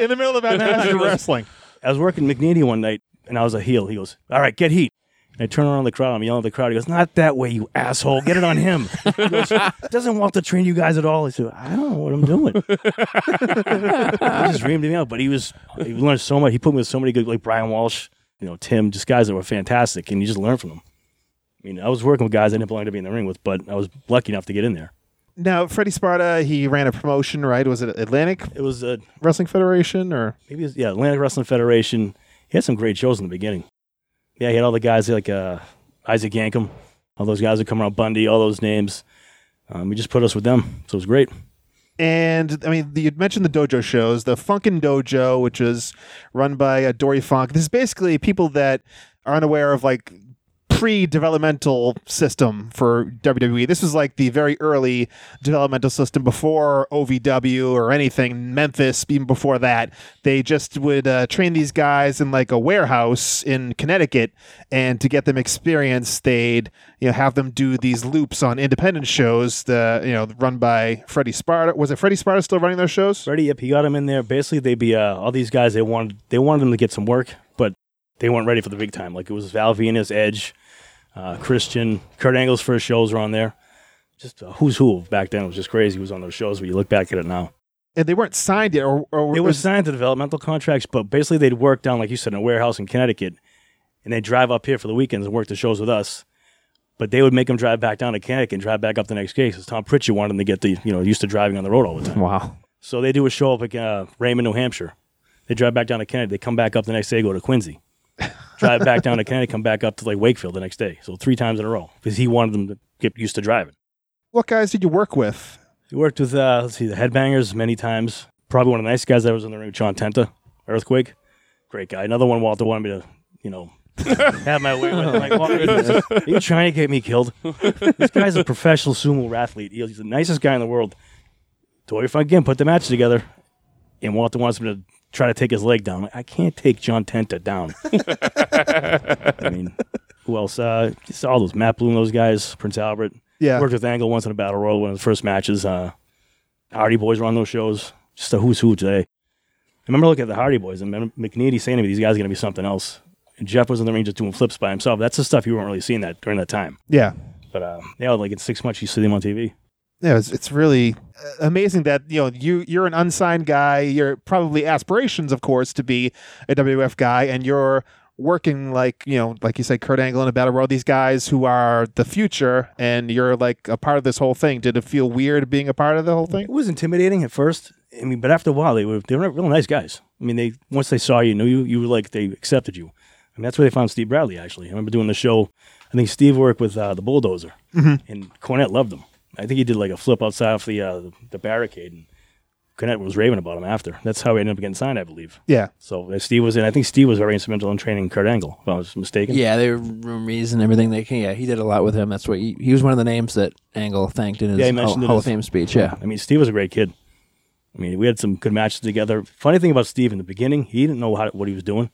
Speaker 1: in the middle of that match, you're wrestling.
Speaker 6: I was working McNeedy one night and I was a heel. He goes, All right, get heat. And I turn around the crowd. I'm yelling at the crowd. He goes, Not that way, you asshole. Get it on him. He goes, Doesn't Walter train you guys at all? I said, I don't know what I'm doing. he just reamed me out. But he was, he learned so much. He put me with so many good, like Brian Walsh, you know, Tim, just guys that were fantastic. And you just learn from them. I mean, I was working with guys I didn't belong to be in the ring with, but I was lucky enough to get in there.
Speaker 1: Now, Freddie Sparta, he ran a promotion, right? Was it Atlantic
Speaker 6: It was, uh,
Speaker 1: Wrestling Federation or
Speaker 6: maybe it was, yeah, Atlantic Wrestling Federation. He had some great shows in the beginning. Yeah, he had all the guys like uh, Isaac Yankum, all those guys that come around Bundy, all those names. Um, he just put us with them, so it was great.
Speaker 1: And I mean, the- you'd mentioned the dojo shows, the Funkin' Dojo, which is run by uh, Dory Funk. This is basically people that are unaware of like pre-developmental system for WWE. This was like the very early developmental system before OVW or anything. Memphis, even before that, they just would uh, train these guys in like a warehouse in Connecticut, and to get them experience, they'd you know have them do these loops on independent shows. The you know run by Freddie Sparta. Was it Freddie Sparta still running those shows?
Speaker 6: Freddie, yep, he got him in there. Basically, they'd be uh, all these guys. They wanted they wanted them to get some work, but they weren't ready for the big time. Like it was Val Venus, Edge, uh, Christian, Kurt Angle's first shows were on there. Just a who's who of back then. It was just crazy. It was on those shows. But you look back at it now,
Speaker 1: And they weren't signed yet, or, or
Speaker 6: They were
Speaker 1: was-
Speaker 6: signed to developmental contracts, but basically they'd work down, like you said, in a warehouse in Connecticut, and they'd drive up here for the weekends and work the shows with us. But they would make them drive back down to Connecticut and drive back up the next day because Tom Pritchard wanted them to get the, you know, used to driving on the road all the time.
Speaker 5: wow.
Speaker 6: So they do a show up at uh, Raymond, New Hampshire. They drive back down to Connecticut. They come back up the next day, go to Quincy. drive back down to Connecticut, come back up to like Wakefield the next day. So three times in a row because he wanted them to get used to driving.
Speaker 1: what guys did you work with?
Speaker 6: He worked with, uh, let's see, the Headbangers many times. Probably one of the nice guys that was in the ring, with John Tenta, Earthquake. Great guy. Another one Walter wanted me to, you know, have my way with. I'm Like, Walter, are you trying to get me killed? this guy's a professional sumo athlete. He's the nicest guy in the world. Tori Funk again put the match together, and Walter wants me to try to take his leg down. I'm like, I can't take John Tenta down. I mean, who else? Uh, just all those Matt Bloom, those guys, Prince Albert.
Speaker 1: Yeah.
Speaker 6: Worked with Angle once in a battle royal, one of the first matches. Uh, Hardy Boys were on those shows. Just a who's who today. I remember looking at the Hardy Boys and remember McNeely saying to me, these guys are going to be something else. And Jeff was in the ring just doing flips by himself. That's the stuff you weren't really seeing that during that time.
Speaker 1: Yeah.
Speaker 6: But uh, now, like in six months, you see them on TV.
Speaker 1: yeah, it's, it's really uh, amazing that you know you you're an unsigned guy. You're probably aspirations, of course, to be a WWF guy, and you're working like you know, like you said, Kurt Angle and a battle royal. These guys who are the future, and you're like a part of this whole thing. Did it feel weird being a part of the whole
Speaker 6: It
Speaker 1: thing?
Speaker 6: was intimidating at first. I mean, but after a while, they were they were real nice guys. I mean, they once they saw you, knew you, you were like they accepted you. I mean, that's where they found Steve Bradley. Actually, I remember doing the show. I think Steve worked with uh, the Bulldozer, and Cornette loved him. I think he did like a flip outside of the uh, the barricade, and Cornette was raving about him after. That's how he ended up getting signed, I believe.
Speaker 1: Yeah,
Speaker 6: So uh, Steve was in. I think Steve was very instrumental in training Kurt Angle, if I was mistaken.
Speaker 5: Yeah, they were roomies and everything. They can, yeah, he did a lot with him. That's what he, he was one of the names that Angle thanked in his
Speaker 6: Yeah, he
Speaker 5: Hall,
Speaker 6: mentioned it
Speaker 5: Hall of
Speaker 6: as-
Speaker 5: Fame speech. Yeah.
Speaker 6: I mean, Steve was a great kid. I mean, we had some good matches together. Funny thing about Steve in the beginning, he didn't know how, what he was doing.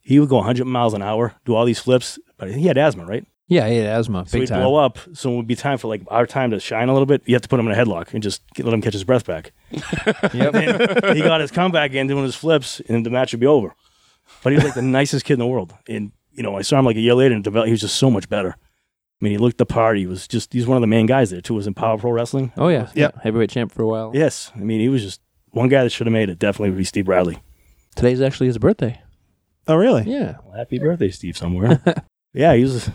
Speaker 6: He would go 100 miles an hour, do all these flips, but he had asthma, right?
Speaker 5: Yeah, he had asthma.
Speaker 6: So
Speaker 5: big
Speaker 6: he'd
Speaker 5: time.
Speaker 6: blow up. So it would be time for like our time to shine a little bit. You have to put him in a headlock and just get- let him catch his breath back.
Speaker 5: Yep.
Speaker 6: he got his comeback in doing his flips, and the match would be over. But he was like the nicest kid in the world. And you know, I saw him like a year later, and develop, he was just so much better. I mean, he looked the part. He was just—he's one of the main guys there too. Was in Power Pro Wrestling.
Speaker 5: oh yeah.
Speaker 1: Yep.
Speaker 5: Heavyweight champ for a while.
Speaker 6: Yes, I mean, he was just one guy that should have made it. Definitely would be Steve Bradley.
Speaker 5: Today's actually his birthday.
Speaker 1: Oh, really?
Speaker 5: Yeah.
Speaker 6: Well, happy birthday, Steve! Somewhere. yeah, he was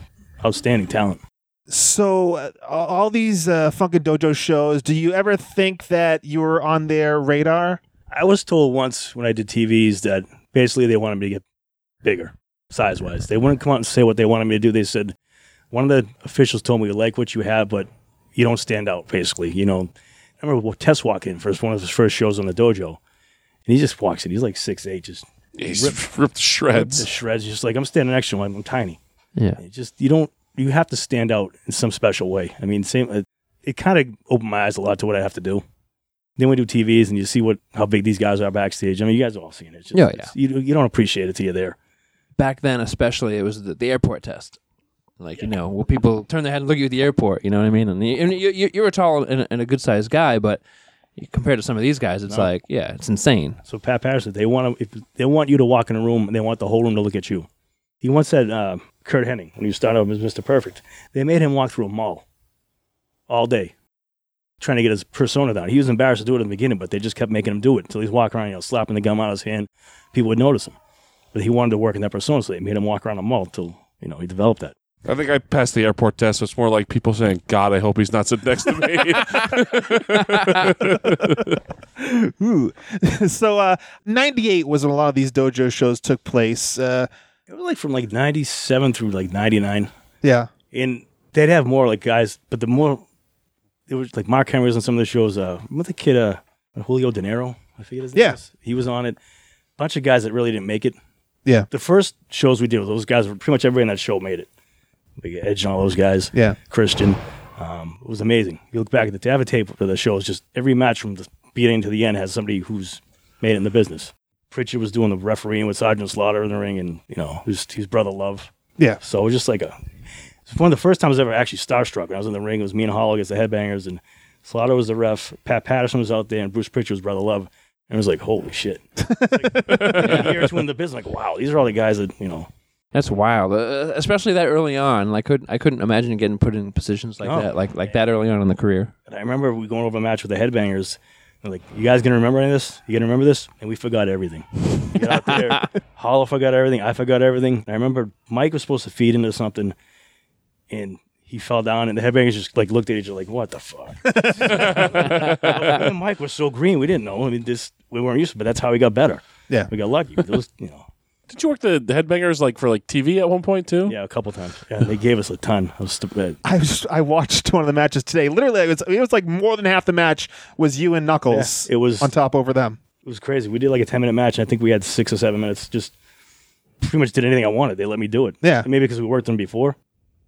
Speaker 6: outstanding talent.
Speaker 1: So uh, all these uh, Funkin' Dojo shows, do you ever think that you were on their radar?
Speaker 6: I was told once when I did TVs that basically they wanted me to get bigger, size wise. They wouldn't come out and say what they wanted me to do. They said one of the officials told me, "We like what you have, but you don't stand out." Basically, you know. I remember when Tess walked in first one of his first shows on the dojo, and he just walks in. He's like six eight, just
Speaker 2: He's
Speaker 6: Ripped-
Speaker 2: ripped to
Speaker 6: the
Speaker 2: shreds.
Speaker 6: shreds. Just like I'm standing next to him, I'm, I'm tiny.
Speaker 5: Yeah.
Speaker 6: It just you don't you have to stand out in some special way. I mean, same. It, it kind of opened my eyes a lot to what I have to do. Then we do TVs and you see what how big these guys are backstage. I mean, you guys have all seen it. It's just-
Speaker 5: Oh, Yeah, yeah.
Speaker 6: it's- You you don't appreciate it till you're there.
Speaker 5: Back then, especially, it was the, the airport test. Like you know, well, people turn their head and look at you at the airport. You know what I mean? And, you, and you, you- you're a tall and, and a good sized guy, but compared to some of these guys, it's like yeah, it's insane.
Speaker 6: So Pat Patterson, they want to if they want you to walk in a room and they want the whole room to look at you. He once said uh, Kurt Hennig when he started off as Mr. Perfect. They made him walk through a mall all day, trying to get his persona down. He was embarrassed to do it in the beginning, but they just kept making him do it until he's walking around, you know, slapping the gum out of his hand. People would notice him, but he wanted to work in that persona, so they made him walk around a mall till you know he developed that.
Speaker 2: I think I passed the airport test. So it's more like people saying, "God, I hope he's not sitting next to me."
Speaker 1: Ooh. so uh, 98 was when a lot of these dojo shows took place. Uh,
Speaker 6: It was like from like '97 through like '99.
Speaker 1: yeah.
Speaker 6: and they'd have more like guys, but the more it was like Mark Henry was on some of the shows. Uh, what the kid, uh, Julio De Niro, I forget his name.
Speaker 1: Yeah.
Speaker 6: is. he was on it. Bunch of guys that really didn't make it.
Speaker 1: Yeah.
Speaker 6: The first shows we did, those guys were pretty much everybody in that show made it. Like Edge and all those guys.
Speaker 1: Yeah.
Speaker 6: Christian. Um, it was amazing. You look back at the David tape of the show, it's just every match from the beginning to the end has somebody who's made it in the business. Pritchard was doing the refereeing with Sergeant Slaughter in the ring and, you know, his, his brother Love.
Speaker 1: Yeah.
Speaker 6: So it was just like a, it's one of the first times I was ever actually starstruck. When I was in the ring, it was me and Hall against the Headbangers, and Slaughter was the ref. Pat Patterson was out there, and Bruce Pritchard was Brother Love. And it was like, holy shit! It's Like, a year or two in the business, like, wow, these are all the guys that you know.
Speaker 5: That's wild, uh, especially that early on. Like, could I couldn't imagine getting put in positions like
Speaker 6: No.
Speaker 5: that, like like that early on in the career.
Speaker 6: And I remember we going over a match with the Headbangers. and Like, you guys gonna remember any of this? You gonna remember this? And we forgot everything. We Get out there. Hollow forgot everything. I forgot everything. And I remember Mike was supposed to feed into something, and he fell down, and the headbangers just like looked at each other like, "What the fuck?" Me and Mike was so green, we didn't know. I mean, this we weren't used to, but that's how we got better.
Speaker 1: Yeah.
Speaker 6: We got lucky. Those, you know,
Speaker 2: Did you work the, the headbangers like for like TV at one point too?
Speaker 6: yeah, a couple times. Yeah, they gave us a ton. uh, I was stupid.
Speaker 1: I was, I watched one of the matches today. Literally, it was, it was like more than half the match was you and Knuckles.
Speaker 6: Yeah, it was-
Speaker 1: on top over them.
Speaker 6: it was crazy. We did like a ten minute match, and I think we had six or seven minutes. Just pretty much did anything I wanted. They let me do it.
Speaker 1: Yeah.
Speaker 6: And maybe because we worked them before.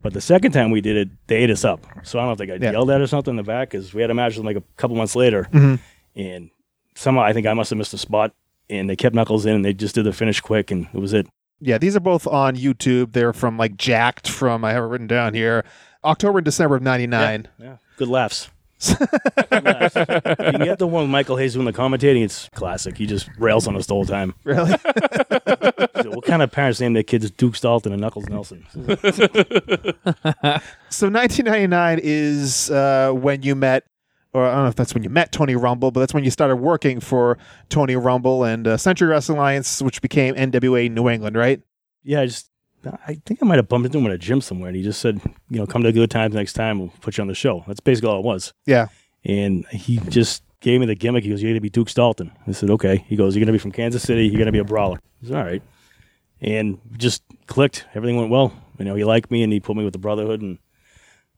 Speaker 6: But the second time we did it, they ate us up. So I don't know if they got
Speaker 1: Yeah.
Speaker 6: yelled at or something in the back because we had a match with them like a couple months later,
Speaker 1: Mm-hmm.
Speaker 6: and somehow I think I must have missed a spot, and they kept Knuckles in, and they just did the finish quick, and it was it.
Speaker 1: Yeah, these are both on YouTube. They're from like Jacked from I have it written down here, October and December of '99.
Speaker 6: Yeah. Good laughs. Good laughs. You get the one with Michael Hayes doing the commentating. It's classic. He just rails on us the whole time.
Speaker 1: Really?
Speaker 6: So what kind of parents name their kids Duke Dalton and Knuckles Nelson?
Speaker 1: So 1999 is uh, when you met, or I don't know if that's when you met Tony Rumble, but that's when you started working for Tony Rumble and uh, Century Wrestling Alliance, which became NWA New England, right?
Speaker 6: Yeah, I just I think I might have bumped into him at a gym somewhere, and he just said, you know, come to good times next time. We'll put you on the show. That's basically all it was.
Speaker 1: Yeah.
Speaker 6: And he just gave me the gimmick. He goes, "You're gonna be Duke Dalton." I said, "Okay." He goes, "You're gonna be from Kansas City. You're gonna be a brawler." I said, "All right." And just clicked. Everything went well. You know, he liked me, and he put me with the Brotherhood, and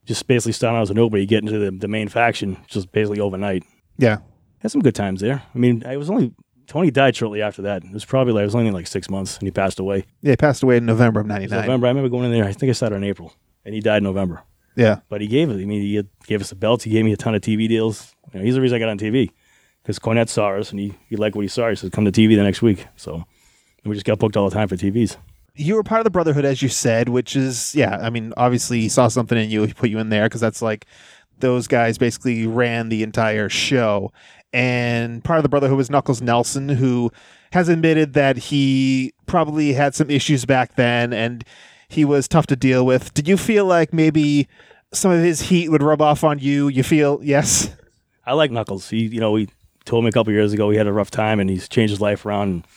Speaker 6: just basically starting out as a nobody, getting to the, the main faction, just basically overnight.
Speaker 1: Yeah.
Speaker 6: Had some good times there. I mean, I was only Tony died shortly after that. It was probably like, I was only like six months, and he passed away.
Speaker 1: Yeah, he passed away in November of 99.
Speaker 6: November. I remember going in there. I think I started in April, and he died in November.
Speaker 1: Yeah.
Speaker 6: But he gave it. I mean, he gave us the belt. He gave me a ton of TV deals. You know, he's the reason I got on TV because Cornette saw us, and he, he liked what he saw. He said, "Come to TV the next week." So and we just got booked all the time for TVs.
Speaker 1: you were part of the Brotherhood, as you said, which is yeah. I mean, obviously he saw something in you, he put you in there because that's like those guys basically ran the entire show. And part of the Brotherhood was Knuckles Nelson, who has admitted that he probably had some issues back then, and he was tough to deal with. Did you feel like maybe some of his heat would rub off on you? You feel yes.
Speaker 6: I like Knuckles. He, you know, he told me a couple years ago he had a rough time and he's changed his life around. And,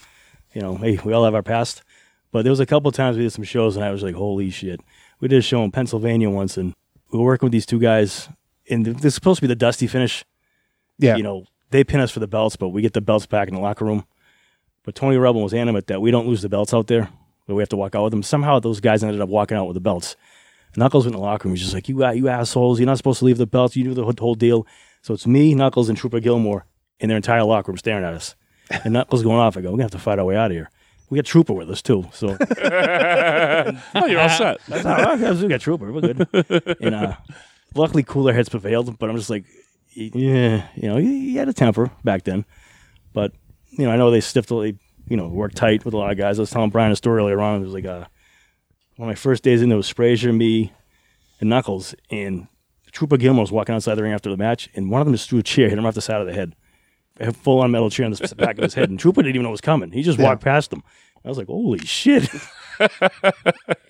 Speaker 6: you know, hey, we all have our past. But there was a couple times we did some shows and I was like, holy shit. We did a show in Pennsylvania once and we were working with these two guys and th- this is supposed to be the dusty finish.
Speaker 1: Yeah.
Speaker 6: You know, they pin us for the belts, but we get the belts back in the locker room. But Tony Rebel was animate that we don't lose the belts out there, but we have to walk out with them. Somehow those guys ended up walking out with the belts. Knuckles went in the locker room. He's just like, you, a- you assholes, you're not supposed to leave the belts. You knew the whole- whole deal. So it's me, Knuckles, and Trooper Gilmore in their entire locker room staring at us. And Knuckles going off. I go, we're going to have to fight our way out of here. We got Trooper with us, too. So
Speaker 2: Oh, you're all set.
Speaker 6: "Oh, okay, we got Trooper. We're good. and uh, luckily, cooler heads prevailed. But I'm just like, yeah, you know, he, he had a temper back then. But you know, I know they stiffed, they you know, worked tight with a lot of guys. I was telling Brian a story earlier on. It was like uh, one of my first days in there was Frazier, me, and Knuckles, and Trooper Gilmore was walking outside the ring after the match, and one of them just threw a chair, hit him off the side of the head, a full on metal chair on the back of his head, and Trooper didn't even know it was coming. He just walked past him. I was like, holy shit.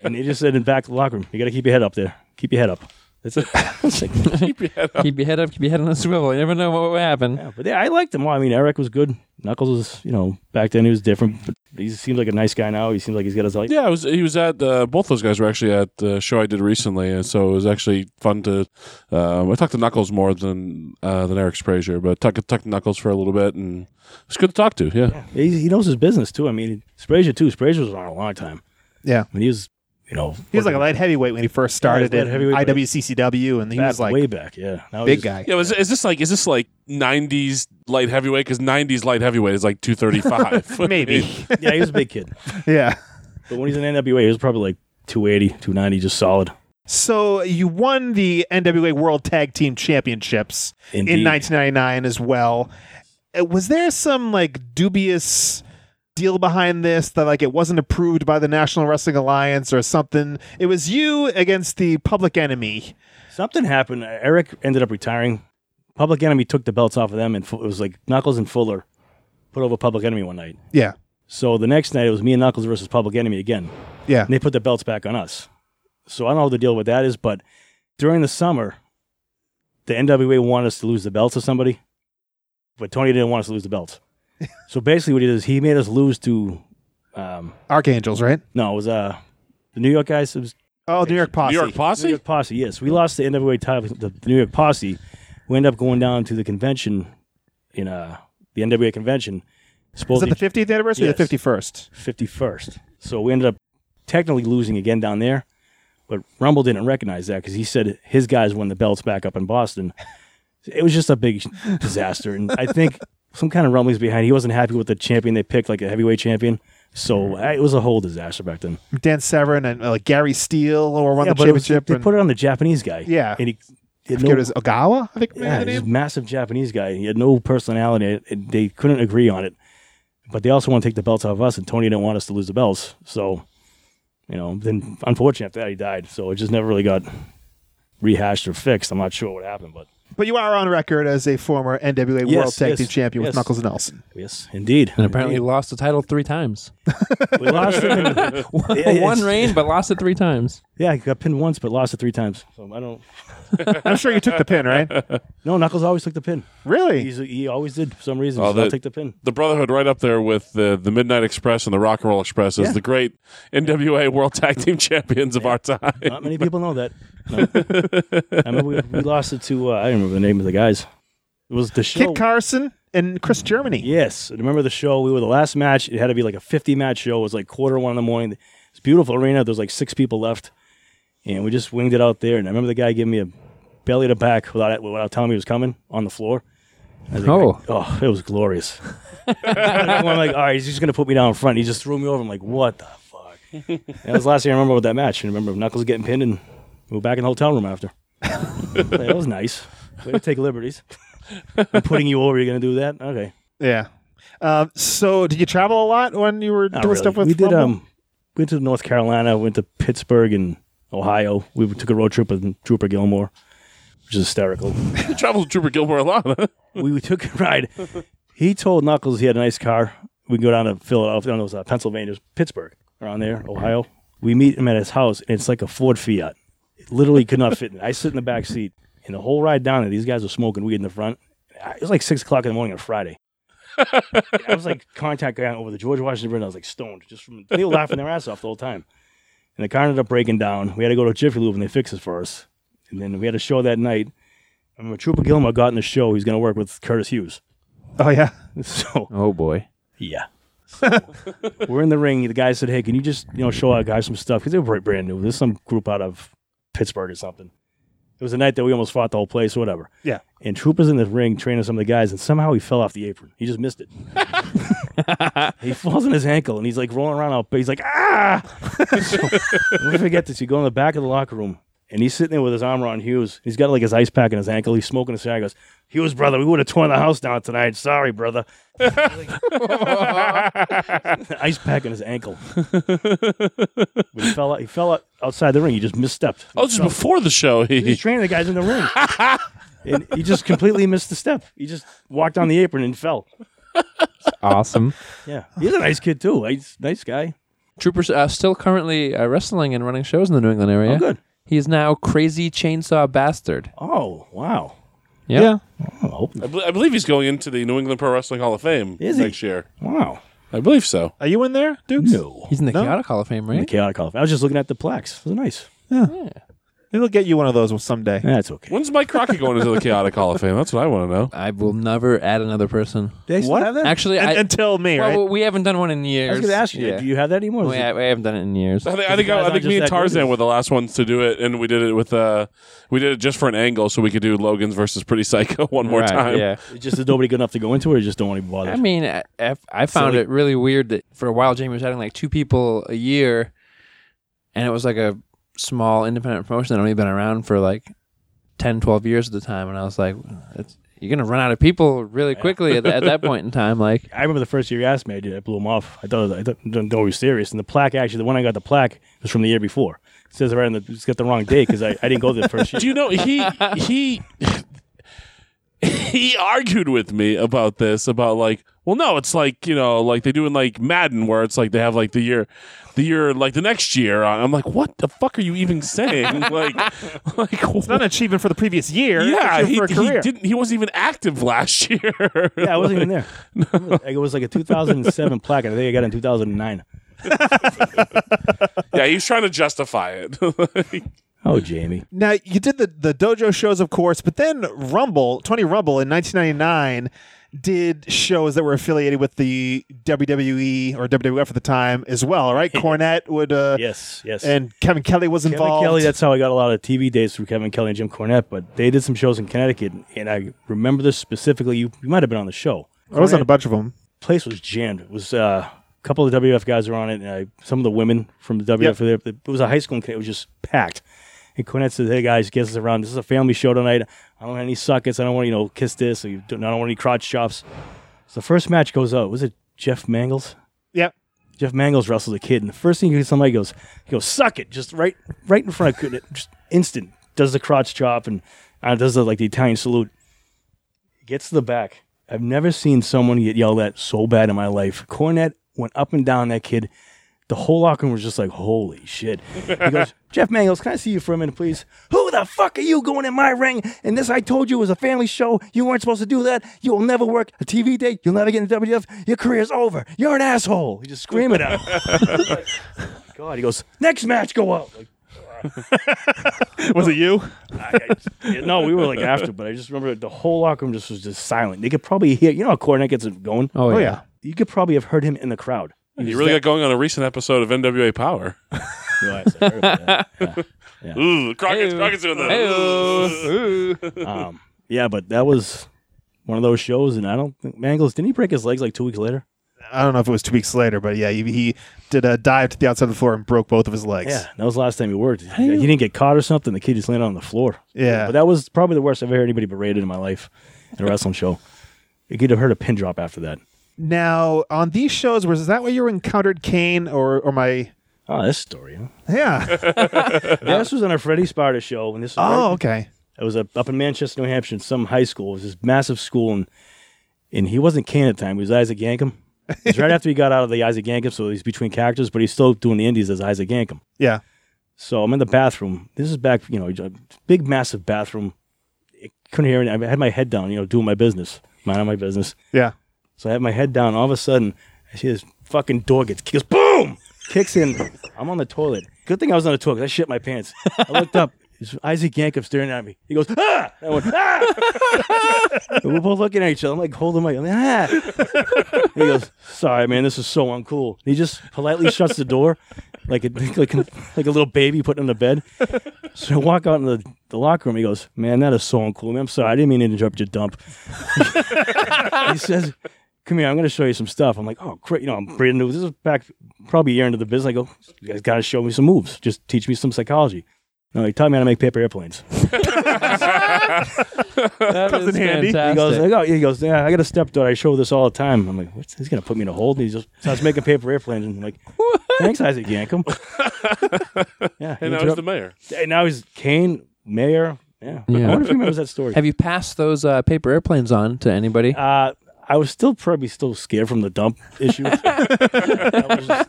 Speaker 6: And they just said in back of the locker room, you got to keep your head up there. Keep your head up. That's it. It's like,
Speaker 5: keep your head up, keep your head on a swivel. You never know what will happen.
Speaker 6: yeah, but yeah, I liked him. Well, I mean, Eric was good. Knuckles was, you know, back then he was different, but he seems like a nice guy now. He seems like he's got his life.
Speaker 2: Yeah, it was, he was at uh, both those guys were actually at the show I did recently, and so it was actually fun to. Um, I talked to Knuckles more than uh, than Eric Sprazier, but talked talked to Knuckles for a little bit, and it's good to talk to. Yeah,
Speaker 6: He, he knows his business too. I mean, Sprazier too. Sprazier was on a long time.
Speaker 1: Yeah.
Speaker 6: I mean, he was, you know,
Speaker 1: He was like a light heavyweight when he first started
Speaker 6: light
Speaker 1: at
Speaker 6: heavyweight, but-
Speaker 1: IWCCW, and he
Speaker 6: back-
Speaker 1: was like
Speaker 6: way back. Yeah, now
Speaker 1: big
Speaker 6: he's-
Speaker 1: guy.
Speaker 2: yeah. Was, is this like is this like '90s light heavyweight? Because '90s light heavyweight is like 235,
Speaker 1: Maybe.
Speaker 6: Yeah, he was a big kid.
Speaker 1: yeah.
Speaker 6: But when he's in NWA, he was probably like 280, 290, just solid.
Speaker 1: So you won the NWA World Tag Team Championships in
Speaker 6: Indeed.
Speaker 1: 1999 as well. Uh, Was there some like dubious deal behind this that like it wasn't approved by the National Wrestling Alliance or something? It was you against the Public Enemy.
Speaker 6: Something happened. Eric ended up retiring. Public Enemy took the belts off of them, and Fu- it was like Knuckles and Fuller put over Public Enemy one night.
Speaker 1: Yeah.
Speaker 6: So the next night, it was me and Knuckles versus Public Enemy again.
Speaker 1: Yeah.
Speaker 6: And they put the belts back on us. So I don't know what the deal with that is, but during the summer, the NWA wanted us to lose the belts to somebody, but Tony didn't want us to lose the belts. so basically, what he did is he made us lose to, um,
Speaker 1: Archangels, right?
Speaker 6: no, it was uh, the New York guys. It was
Speaker 1: Oh, New York Posse.
Speaker 2: New York
Speaker 6: New
Speaker 2: Posse.
Speaker 6: York Posse, yes. We lost the NWA title to the New York Posse. We end up going down to the convention in uh, the NWA convention,
Speaker 1: Is
Speaker 6: supposed
Speaker 1: it
Speaker 6: to
Speaker 1: the 50th anniversary or
Speaker 6: Yes.
Speaker 1: the 51st?
Speaker 6: fifty first. So we ended up technically losing again down there, but Rumble didn't recognize that because he said his guys won the belts back up in Boston. It was just a big disaster, and I think some kind of rumblings behind. He wasn't happy with the champion they picked, like a heavyweight champion. So
Speaker 1: Mm-hmm.
Speaker 6: uh, it was a whole disaster back then.
Speaker 1: Dan Severn and uh, like Gary Steele or won the
Speaker 6: but it was-
Speaker 1: championship.
Speaker 6: they
Speaker 1: and-
Speaker 6: put it on the Japanese guy.
Speaker 1: Yeah.
Speaker 6: and he. he
Speaker 1: I
Speaker 6: had
Speaker 1: forget
Speaker 6: no-
Speaker 1: it was Ogawa, I think. maybe
Speaker 6: yeah,
Speaker 1: the
Speaker 6: this
Speaker 1: name?
Speaker 6: massive Japanese guy. He had no personality. It- it- they couldn't agree on it. But they also want to take the belts off us, and Tony didn't want us to lose the belts. So, you know, then unfortunately after that he died. So it just never really got rehashed or fixed. I'm not sure what happened, but
Speaker 1: But you are on record as a former NWA
Speaker 6: Yes,
Speaker 1: World Tag
Speaker 6: yes,
Speaker 1: Team Champion with
Speaker 6: yes.
Speaker 1: Knuckles Nelson.
Speaker 6: yes, indeed.
Speaker 5: And apparently lost the title three times.
Speaker 6: We lost it. and- yeah,
Speaker 5: One
Speaker 6: it's-
Speaker 5: reign, but lost it three times.
Speaker 6: Yeah, he got pinned once, but lost it three times. So I don't.
Speaker 1: I'm sure you took the pin, right?
Speaker 6: No, Knuckles always took the pin.
Speaker 1: Really?
Speaker 6: He's, he always did for some reason.
Speaker 2: Oh,
Speaker 6: so I'll
Speaker 2: that-
Speaker 6: take the pin.
Speaker 2: The Brotherhood, right up there with the the Midnight Express and the Rock and Roll Express, is
Speaker 6: Yeah.
Speaker 2: the great NWA World Tag Team Champions of our time.
Speaker 6: Not many people know that. No. I remember we, we lost it to uh, I don't remember the name of the guys. It was the show.
Speaker 1: Kit Carson and Chris Germany.
Speaker 6: Yes, I remember the show. We were the last match. It had to be like a fifty match show. It was like quarter one in the morning. It's beautiful arena. There's like six people left, and we just winged it out there. And I remember the guy giving me a belly to back without without telling me he was coming on the floor. I was like,
Speaker 5: Oh.
Speaker 6: oh, it was glorious. I'm like, all right, he's just gonna put me down in front. He just threw me over. I'm like, what the fuck? that was the last thing I remember with that match. And I remember Knuckles getting pinned, and we were back in the hotel room after. that was nice. Way to take liberties. I'm putting you over. You're gonna do that? Okay.
Speaker 1: Yeah. Um, so, did you travel a lot when you were
Speaker 6: Not
Speaker 1: doing
Speaker 6: really.
Speaker 1: stuff with
Speaker 6: we did
Speaker 1: Rumble?
Speaker 6: um went to North Carolina, went to Pittsburgh and Ohio. We took a road trip with Trooper Gilmore, which is hysterical.
Speaker 2: You traveled with Trooper Gilmore a lot. Huh?
Speaker 6: we took a ride. He told Knuckles he had a nice car. We can go down to Philadelphia, no, it was uh, Pennsylvania, it was Pittsburgh, around there, Ohio. We meet him at his house, and it's like a Ford Fiat. It literally could not fit in. it. I sit in the back seat, and the whole ride down there, these guys were smoking weed in the front. I- It was like six o'clock in the morning on Friday. I was like contact guy over the George Washington Bridge. I was like stoned, just from they were laughing their ass off the whole time. And the car ended up breaking down. We had to go to Jiffy Lube, and they fixed it for us. And then we had a show that night. I remember Trooper Gilmore got in the show. He's going to work with Curtis Hughes.
Speaker 1: Oh yeah.
Speaker 6: So
Speaker 5: Oh boy.
Speaker 6: yeah. So, we're in the ring. The guy said, "Hey, can you just you know show our guys some stuff because they were brand new. There's some group out of Pittsburgh or something." It was a night that we almost fought the whole place, whatever.
Speaker 1: Yeah.
Speaker 6: And Trooper's in the ring training some of the guys, and somehow he fell off the apron. He just missed it. he falls on his ankle, and he's like rolling around out. He's like, ah! so, I'll never forget this. You go in the back of the locker room, and he's sitting there with his arm around Hughes. He's got like his ice pack in his ankle. He's smoking a cigar. He goes, Hughes, brother, we would have torn the house down tonight. Sorry, brother. ice pack in his ankle. But he fell out. He fell out outside the ring. He just misstepped.
Speaker 2: Oh, just before the show.
Speaker 6: He's
Speaker 2: He,
Speaker 6: training the guys in the ring. and he just completely missed the step. He just walked on the apron and fell.
Speaker 5: Awesome.
Speaker 6: Yeah. He's a nice kid, too. Nice, nice guy.
Speaker 5: Troopers are still currently uh, wrestling and running shows in the New England area.
Speaker 6: Oh, good.
Speaker 5: He is now Crazy Chainsaw Bastard.
Speaker 6: Oh, wow.
Speaker 5: Yep. Yeah.
Speaker 6: Oh, I hope-
Speaker 2: I, bel- I believe he's going into the New England Pro Wrestling Hall of Fame
Speaker 6: Is he?
Speaker 2: next year.
Speaker 6: Wow.
Speaker 2: I believe so.
Speaker 1: Are you in there, Dukes?
Speaker 6: No.
Speaker 5: He's in the
Speaker 1: No.
Speaker 5: Chaotic Hall of Fame,
Speaker 6: The
Speaker 5: right?
Speaker 6: chaotic off. I was just looking at the plaques. It was nice.
Speaker 1: They'll get you one of those someday.
Speaker 6: That's okay.
Speaker 2: When's Mike Crockett going into the Chaotic Hall of Fame? That's what I want to know.
Speaker 5: I will never add another person.
Speaker 6: They
Speaker 1: still What? have that?
Speaker 5: Actually,
Speaker 1: Un-
Speaker 5: I,
Speaker 1: until me,
Speaker 5: well,
Speaker 1: right?
Speaker 5: we haven't done one in years.
Speaker 6: I was going to ask you,
Speaker 5: Yeah.
Speaker 6: do you have that anymore?
Speaker 5: we, ha- we haven't done it in years.
Speaker 2: I think I think,
Speaker 6: guys
Speaker 2: I,
Speaker 6: aren't
Speaker 2: think
Speaker 6: just
Speaker 2: me and
Speaker 6: that good.
Speaker 2: Tarzan were the last ones to do it, and we did it with uh, we did it just for an angle, so we could do Logan's versus Pretty Psycho one more
Speaker 5: Right,
Speaker 2: time.
Speaker 5: Yeah.
Speaker 6: It's just is nobody good enough to go into it or just don't want to be bothered?
Speaker 5: I mean, I, I- I found
Speaker 6: Silly.
Speaker 5: it really weird that for a while Jamie was adding like two people a year, and it was like a small independent promotion that only been around for like 10, 12 years at the time. And I was like, That's, you're going to run out of people really quickly at, at that point in time. Like,
Speaker 6: I remember the first year you asked me, I did. I blew him off. I thought I thought- didn't know he was serious. And the plaque, actually, the one I got the plaque was from the year before. It says right on the, it's got the wrong date because I, I didn't go there the first year.
Speaker 2: Do you know he he he argued with me about this about like well no it's like you know like they do in like Madden where it's like they have like the year the year like the next year on. I'm like what the fuck are you even saying like like
Speaker 1: It's not an achievement for the previous year.
Speaker 2: yeah
Speaker 1: It's
Speaker 2: he,
Speaker 1: for a
Speaker 2: he
Speaker 1: career.
Speaker 2: didn't he wasn't even active last year
Speaker 6: Yeah, I wasn't even there. It was like a 2007 plaque, and I think I got it in 2009.
Speaker 2: yeah he was trying to justify it
Speaker 6: Oh, Jamie.
Speaker 1: Now you did the the dojo shows, of course, but then Rumble, Tony Rumble in 1999, did shows that were affiliated with the WWE or WWF at the time as well, right? Cornette would, uh,
Speaker 6: Yes, yes.
Speaker 1: and Kevin Kelly was
Speaker 6: Kevin
Speaker 1: involved.
Speaker 6: Kelly, that's how I got a lot of TV dates through Kevin Kelly and Jim Cornette, but they did some shows in Connecticut, and I remember this specifically. You, you might have been on the show.
Speaker 1: I was on a
Speaker 6: Cornette-
Speaker 1: bunch of them.
Speaker 6: place was jammed. It was uh, a couple of WF guys were on it, and I, some of the women from the WF. were there. It was a high school, and it was just packed. And Cornette said, "Hey guys, guess us around. This is a family show tonight. I don't want any suckets. I don't want you know kiss this. Or you don't, I don't want any crotch chops." So the first match goes out. Was it Jeff Mangles?
Speaker 1: Yep.
Speaker 6: Jeff Mangles wrestles a kid, and the first thing you somebody goes, he goes, "Suck it!" Just right, right in front of Cornette, just instant. Does the crotch chop and uh, does the like the Italian salute gets to the back. I've never seen someone get yelled at so bad in my life. Cornette went up and down that kid. The whole locker room was just like, holy shit. He goes, Jeff Mangles, can I see you for a minute, please? Who the fuck are you going in my ring? And this I told you was a family show. You weren't supposed to do that. You will never work a TV date. You'll never get in the WWF. Your career's over. You're an asshole. He just scream it out. God, he goes, next match, go out. Like,
Speaker 1: Was it you?
Speaker 6: I- I- yeah, no, we were like after, but I just remember the whole locker room just was just silent. They could probably hear, you know how Cornette gets it going?
Speaker 1: Oh yeah.
Speaker 6: you could probably have heard him in the crowd.
Speaker 2: he really got going on a recent episode of NWA Power ooh Crockett's, Crockett's doing that
Speaker 6: um, yeah, but that was one of those shows, and I don't think Mangles didn't he break his legs like two weeks later?
Speaker 1: I don't know if it was two weeks later, but yeah, he, he did a dive to the outside of the floor and broke both of his legs.
Speaker 6: Yeah, that was the last time he worked. He, he didn't get caught or something. The kid just landed on the floor.
Speaker 1: Yeah.
Speaker 6: but that was probably the worst I've ever heard anybody berated in my life in a wrestling show. You could have heard a pin drop after that.
Speaker 1: Now on these shows, was that where you encountered Kane or or my?
Speaker 6: Oh, this story. Huh?
Speaker 1: Yeah.
Speaker 6: Yeah, this was on a Freddie Sparta show, and this. Was
Speaker 1: oh, okay.
Speaker 6: It was up up in Manchester, New Hampshire, in some high school. It was this massive school, and and he wasn't Kane at the time. He was Isaac Yankum. It was right after he got out of the Isaac Yankum, so he's between characters, but he's still doing the Indies as Isaac Yankum.
Speaker 1: Yeah.
Speaker 6: So I'm in the bathroom. This is back, you know, a big, massive bathroom. I couldn't hear anything. I had my head down, you know, doing my business, minding my business.
Speaker 1: Yeah.
Speaker 6: So I had my head down. All of a sudden, I see this fucking door gets kicks. Boom! Kicks in. I'm on the toilet. Good thing I was on the toilet 'cause I shit my pants. I looked up. It's Isaac Yankup staring at me. He goes, ah! And I went, ah! And we're both looking at each other. I'm like holding my, I'm like, ah! And he goes, sorry, man, this is so uncool. And he just politely shuts the door like a, like, a- like a little baby put him to bed. So I walk out in the, the locker room. He goes, man, that is so uncool. Man, I'm sorry. I didn't mean to interrupt your dump he says, "Come here, I'm going to show you some stuff." I'm like, "Oh, great!" You know, I'm brand new. This is back probably a year into the business. I go, "You guys got to show me some moves. Just teach me some psychology." No, he taught me how to make paper airplanes.
Speaker 5: That
Speaker 1: Comes in
Speaker 5: is
Speaker 1: handy. He
Speaker 6: He goes,
Speaker 5: fantastic.
Speaker 6: I go, he goes, yeah, I got a stepdaughter. I show this all the time. I'm like, what's he's gonna put me in a hold? And he just starts making paper airplanes. And I'm like, thanks, Isaac Yankum. yeah, he
Speaker 2: And now he's the
Speaker 6: interrupt-
Speaker 2: mayor.
Speaker 6: and now he's Kane Mayor. Yeah,
Speaker 5: Yeah.
Speaker 6: I wonder if he remembers that story.
Speaker 5: Have you passed those uh, paper airplanes on to anybody?
Speaker 6: Uh, I was still probably still scared from the dump issue. That was-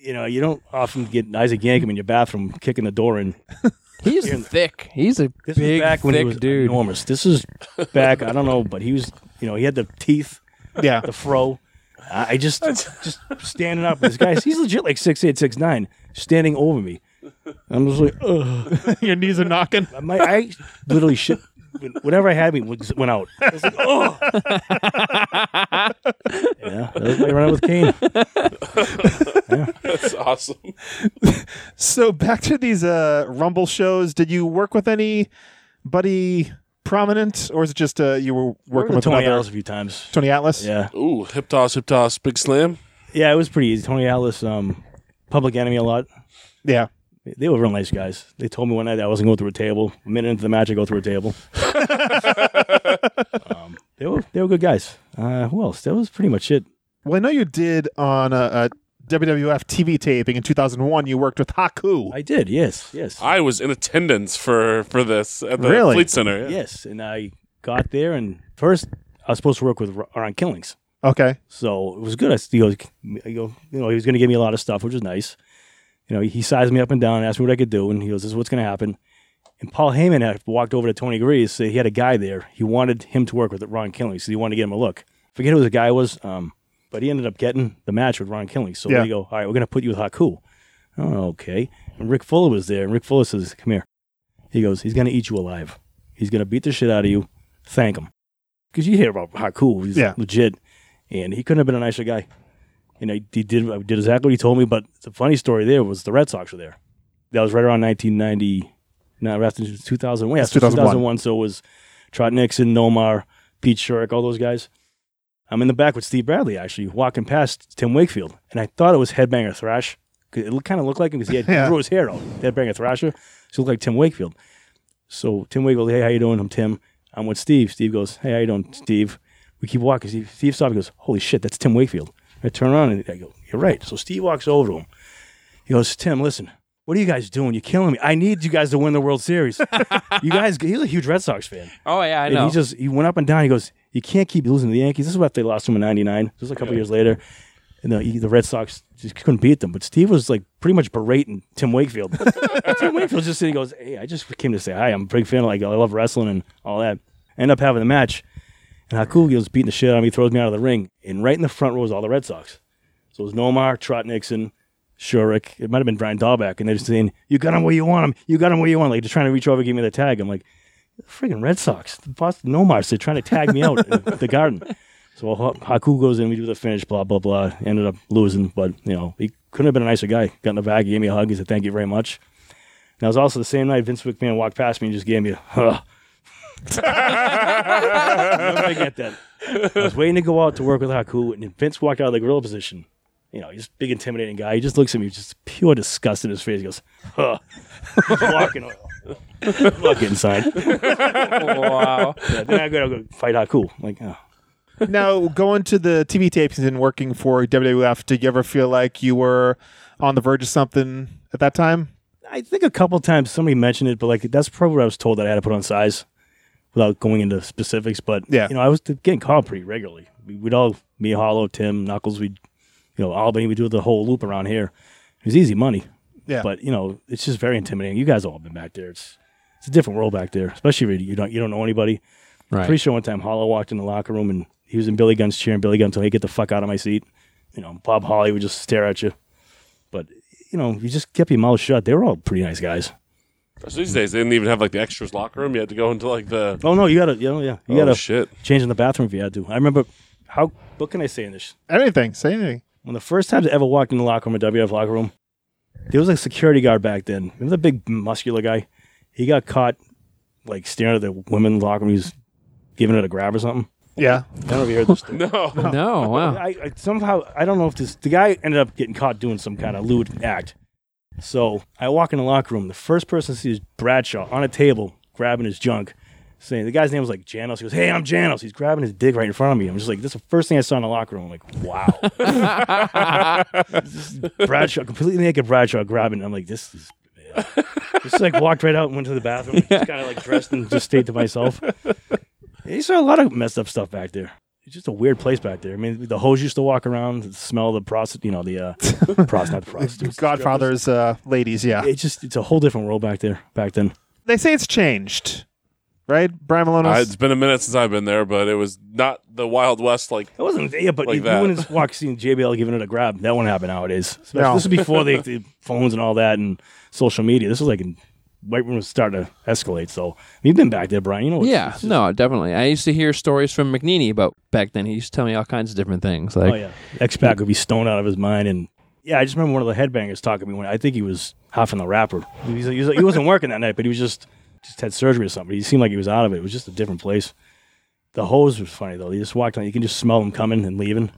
Speaker 6: you know, you don't often get Isaac Yankum in your bathroom kicking the door in.
Speaker 5: He's thick. He's a
Speaker 6: This
Speaker 5: big,
Speaker 6: is back
Speaker 5: thick
Speaker 6: when he was
Speaker 5: dude.
Speaker 6: enormous. This is back. I don't know, but he was. You know, he had the teeth,
Speaker 1: Yeah.
Speaker 6: the fro. I I just just standing up. This guy, he's legit like six eight six nine, standing over me. I'm just like, ugh.
Speaker 1: Your knees are knocking.
Speaker 6: My, I literally shit. Whatever I had me was- went out. I was like, oh. yeah, that was my run with Kane.
Speaker 2: That's awesome.
Speaker 1: So back to these uh, Rumble shows. Did you work with anybody prominent, or is it just uh, you were working with
Speaker 6: Tony
Speaker 1: another-
Speaker 6: Alice a few times.
Speaker 1: Tony Atlas?
Speaker 6: Yeah,
Speaker 2: Ooh, hip toss, hip toss, big slam.
Speaker 6: yeah, it was pretty easy. Tony Alice, um, Public Enemy, a lot.
Speaker 1: Yeah.
Speaker 6: They were real nice guys. They told me one night that I wasn't going through a table. A minute into the match, I go through a table. um, they were they were good guys. Uh, who else? That was pretty much it.
Speaker 1: Well, I know you did on uh, a, a WWF TV taping in 2001. You worked with Haku.
Speaker 6: I did. Yes, yes,
Speaker 2: I was in attendance for for this at the
Speaker 1: Really?
Speaker 2: Fleet Center. Yeah.
Speaker 6: yes. And I got there, and first I was supposed to work with Ro- Ron Killings.
Speaker 1: okay.
Speaker 6: So it was good. I, s- he goes, I go, you know, he was going to give me a lot of stuff, which was nice. You know, he, he sized me up and down, asked me what I could do, and he goes, "This is what's going to happen." And Paul Heyman had walked over to Tony Grease. Said he had a guy there. He wanted him to work with Ron Killing, so he wanted to get him a look. Forget who the guy was, um, but he ended up getting the match with Ron Killing. So
Speaker 1: Yeah.
Speaker 6: they go, "All right, we're going to put you with Haku." Oh, okay. And Rick Fuller was there, and Rick Fuller says, "Come here." He goes, "He's going to eat you alive. He's going to beat the shit out of you. Thank him." Because you hear about Haku, he's
Speaker 1: Yeah.
Speaker 6: legit, and he couldn't have been a nicer guy. And I, he did I did exactly what he told me. But the funny story there was the Red Sox were there. That was right around 1990, no, after 2001. Yeah,
Speaker 1: It's
Speaker 6: so
Speaker 1: 2001.
Speaker 6: 2001. So it was Trot Nixon, Nomar, Pete Shurik, all those guys. I'm in the back with Steve Bradley actually walking past Tim Wakefield, and I thought it was Headbanger Thrash. 'Cause It kind of looked like him because he had
Speaker 1: Yeah.
Speaker 6: he grew his hair out. Headbanger Thrasher, so it looked like Tim Wakefield. So Tim Wakefield, hey, how you doing? I'm Tim. I'm with Steve. Steve goes, hey, how you doing, Steve? We keep walking. Steve, Steve stops. and goes, holy shit, that's Tim Wakefield. I turn around and I go, you're right. So Steve walks over to him. He goes, Tim, listen, what are you guys doing? You're killing me. I need you guys to win the World Series. you guys, he's a huge Red Sox fan.
Speaker 5: Oh yeah, I
Speaker 6: And
Speaker 5: know.
Speaker 6: he just he went up and down. He goes, "You can't keep losing to the Yankees." This is what they lost to him in '99. This was a couple years later, and the, the Red Sox just couldn't beat them. But Steve was like pretty much berating Tim Wakefield. Tim Wakefield just sitting, goes, "Hey, I just came to say hi. I'm a big fan. Like I love wrestling and all that." End up having the match, and Haku goes beating the shit out of me, throws me out of the ring, and right in the front row is all the Red Sox. So it was Nomar, Trot Nixon, Shurik. It might have been Brian Dahlback, and they're just saying, "You got him where you want him. You got him where you want." 'em," Like just trying to reach over, give me the tag. I'm like, friggin' Red Sox, the Boston Nomars, they're trying to tag me out in the garden. So Ha- Haku goes in, we do the finish, blah, blah, blah. Ended up losing, but, you know, he couldn't have been a nicer guy. Got in the bag, he gave me a hug, he said, thank you very much. And that was also the same night Vince McMahon walked past me and just gave me a, huh. Never forget that. I was waiting to go out to work with Haku, and then Vince walked out of the gorilla position. You know, he's just a big, intimidating guy. He just looks at me, with just pure disgust in his face. He goes, huh. He's walking, walking inside
Speaker 5: wow.
Speaker 6: then I go to go fight Haku. I'm like, oh.
Speaker 1: now going to the TV tapes and working for WWF, did you ever feel like you were on the verge of something at that time?
Speaker 6: I think a couple times somebody mentioned it, but like that's probably what I was told that I had to put on size without going into specifics. But
Speaker 1: Yeah.
Speaker 6: you know, I was getting called pretty regularly. We- We'd all me, Hollow, Tim, Knuckles, we'd you know, Albany, we do the whole loop around here. It was easy money.
Speaker 1: Yeah.
Speaker 6: But you know, it's just very intimidating. You guys all been back there. It's it's a different world back there, especially if you don't you don't know anybody.
Speaker 5: Right.
Speaker 6: Pretty sure one time Hollow walked in the locker room and he was in Billy Gunn's chair and Billy Gunn told me, "Get the fuck out of my seat." You know, Bob Holly would just stare at you. But you know, you just kept your mouth shut. They were all pretty nice guys.
Speaker 2: So these days they didn't even have like the extras locker room. You had to go into like the
Speaker 6: Oh no, you gotta, you know, yeah, you
Speaker 2: oh
Speaker 6: gotta
Speaker 2: shit.
Speaker 6: change in the bathroom if you had to. I remember how. What can I say in this?
Speaker 1: Anything, say anything.
Speaker 6: When the first time I ever walked in the locker room, a WF locker room, there was a security guard back then. Remember the big muscular guy? He got caught like staring at the women locker room. He was giving it a grab or something.
Speaker 1: Yeah.
Speaker 6: I don't know if you heard this. story.
Speaker 2: No.
Speaker 5: No, wow.
Speaker 6: I, I somehow I don't know if this the guy ended up getting caught doing some kind of lewd act. So I walk in the locker room. The first person sees Bradshaw on a table grabbing his junk, saying the guy's name was like Janos. He goes, "Hey, I'm Janos." He's grabbing his dick right in front of me. I'm just like, "This is the first thing I saw in the locker room." I'm like, "Wow." Bradshaw completely naked. Bradshaw grabbing. I'm like, "This is." yeah." Just like walked right out and went to the bathroom. Just kind of like dressed and just stayed to myself. You saw a lot of messed up stuff back there. It's just a weird place back there. I mean, the hoes used to walk around, the smell the prostitute, you know, the uh, prost, not the prostitutes.
Speaker 1: Godfather's uh, ladies, yeah.
Speaker 6: It's just, it's a whole different world back there, back then.
Speaker 1: They say it's changed, right? Brian
Speaker 2: I-
Speaker 1: Malone's.
Speaker 2: it's been a minute since I've been there, but it was not the Wild West. Like
Speaker 6: It wasn't, yeah, but
Speaker 2: Like
Speaker 6: you
Speaker 2: that.
Speaker 6: wouldn't just walk seeing JBL giving it a grab. That wouldn't happen nowadays. Especially-
Speaker 1: No.
Speaker 6: This is before the, the phones and all that and social media. This was like, in, right when it was starting to escalate. So, I mean, you've been back there, Brian. You know it's-
Speaker 5: Yeah,
Speaker 6: it's just-
Speaker 5: no, definitely. I used to hear stories from McNeely about back then. He used to tell me all kinds of different things. Like,
Speaker 6: Oh yeah, X Pac would be stoned out of his mind, and yeah, I just remember one of the headbangers talking to me when I think he was huffing the rapper. He, was, he, was, he wasn't working that night, but he was just just had surgery or something. He seemed like he was out of it. It was just a different place. The hose was funny though. He just walked on. You can just smell them coming and leaving.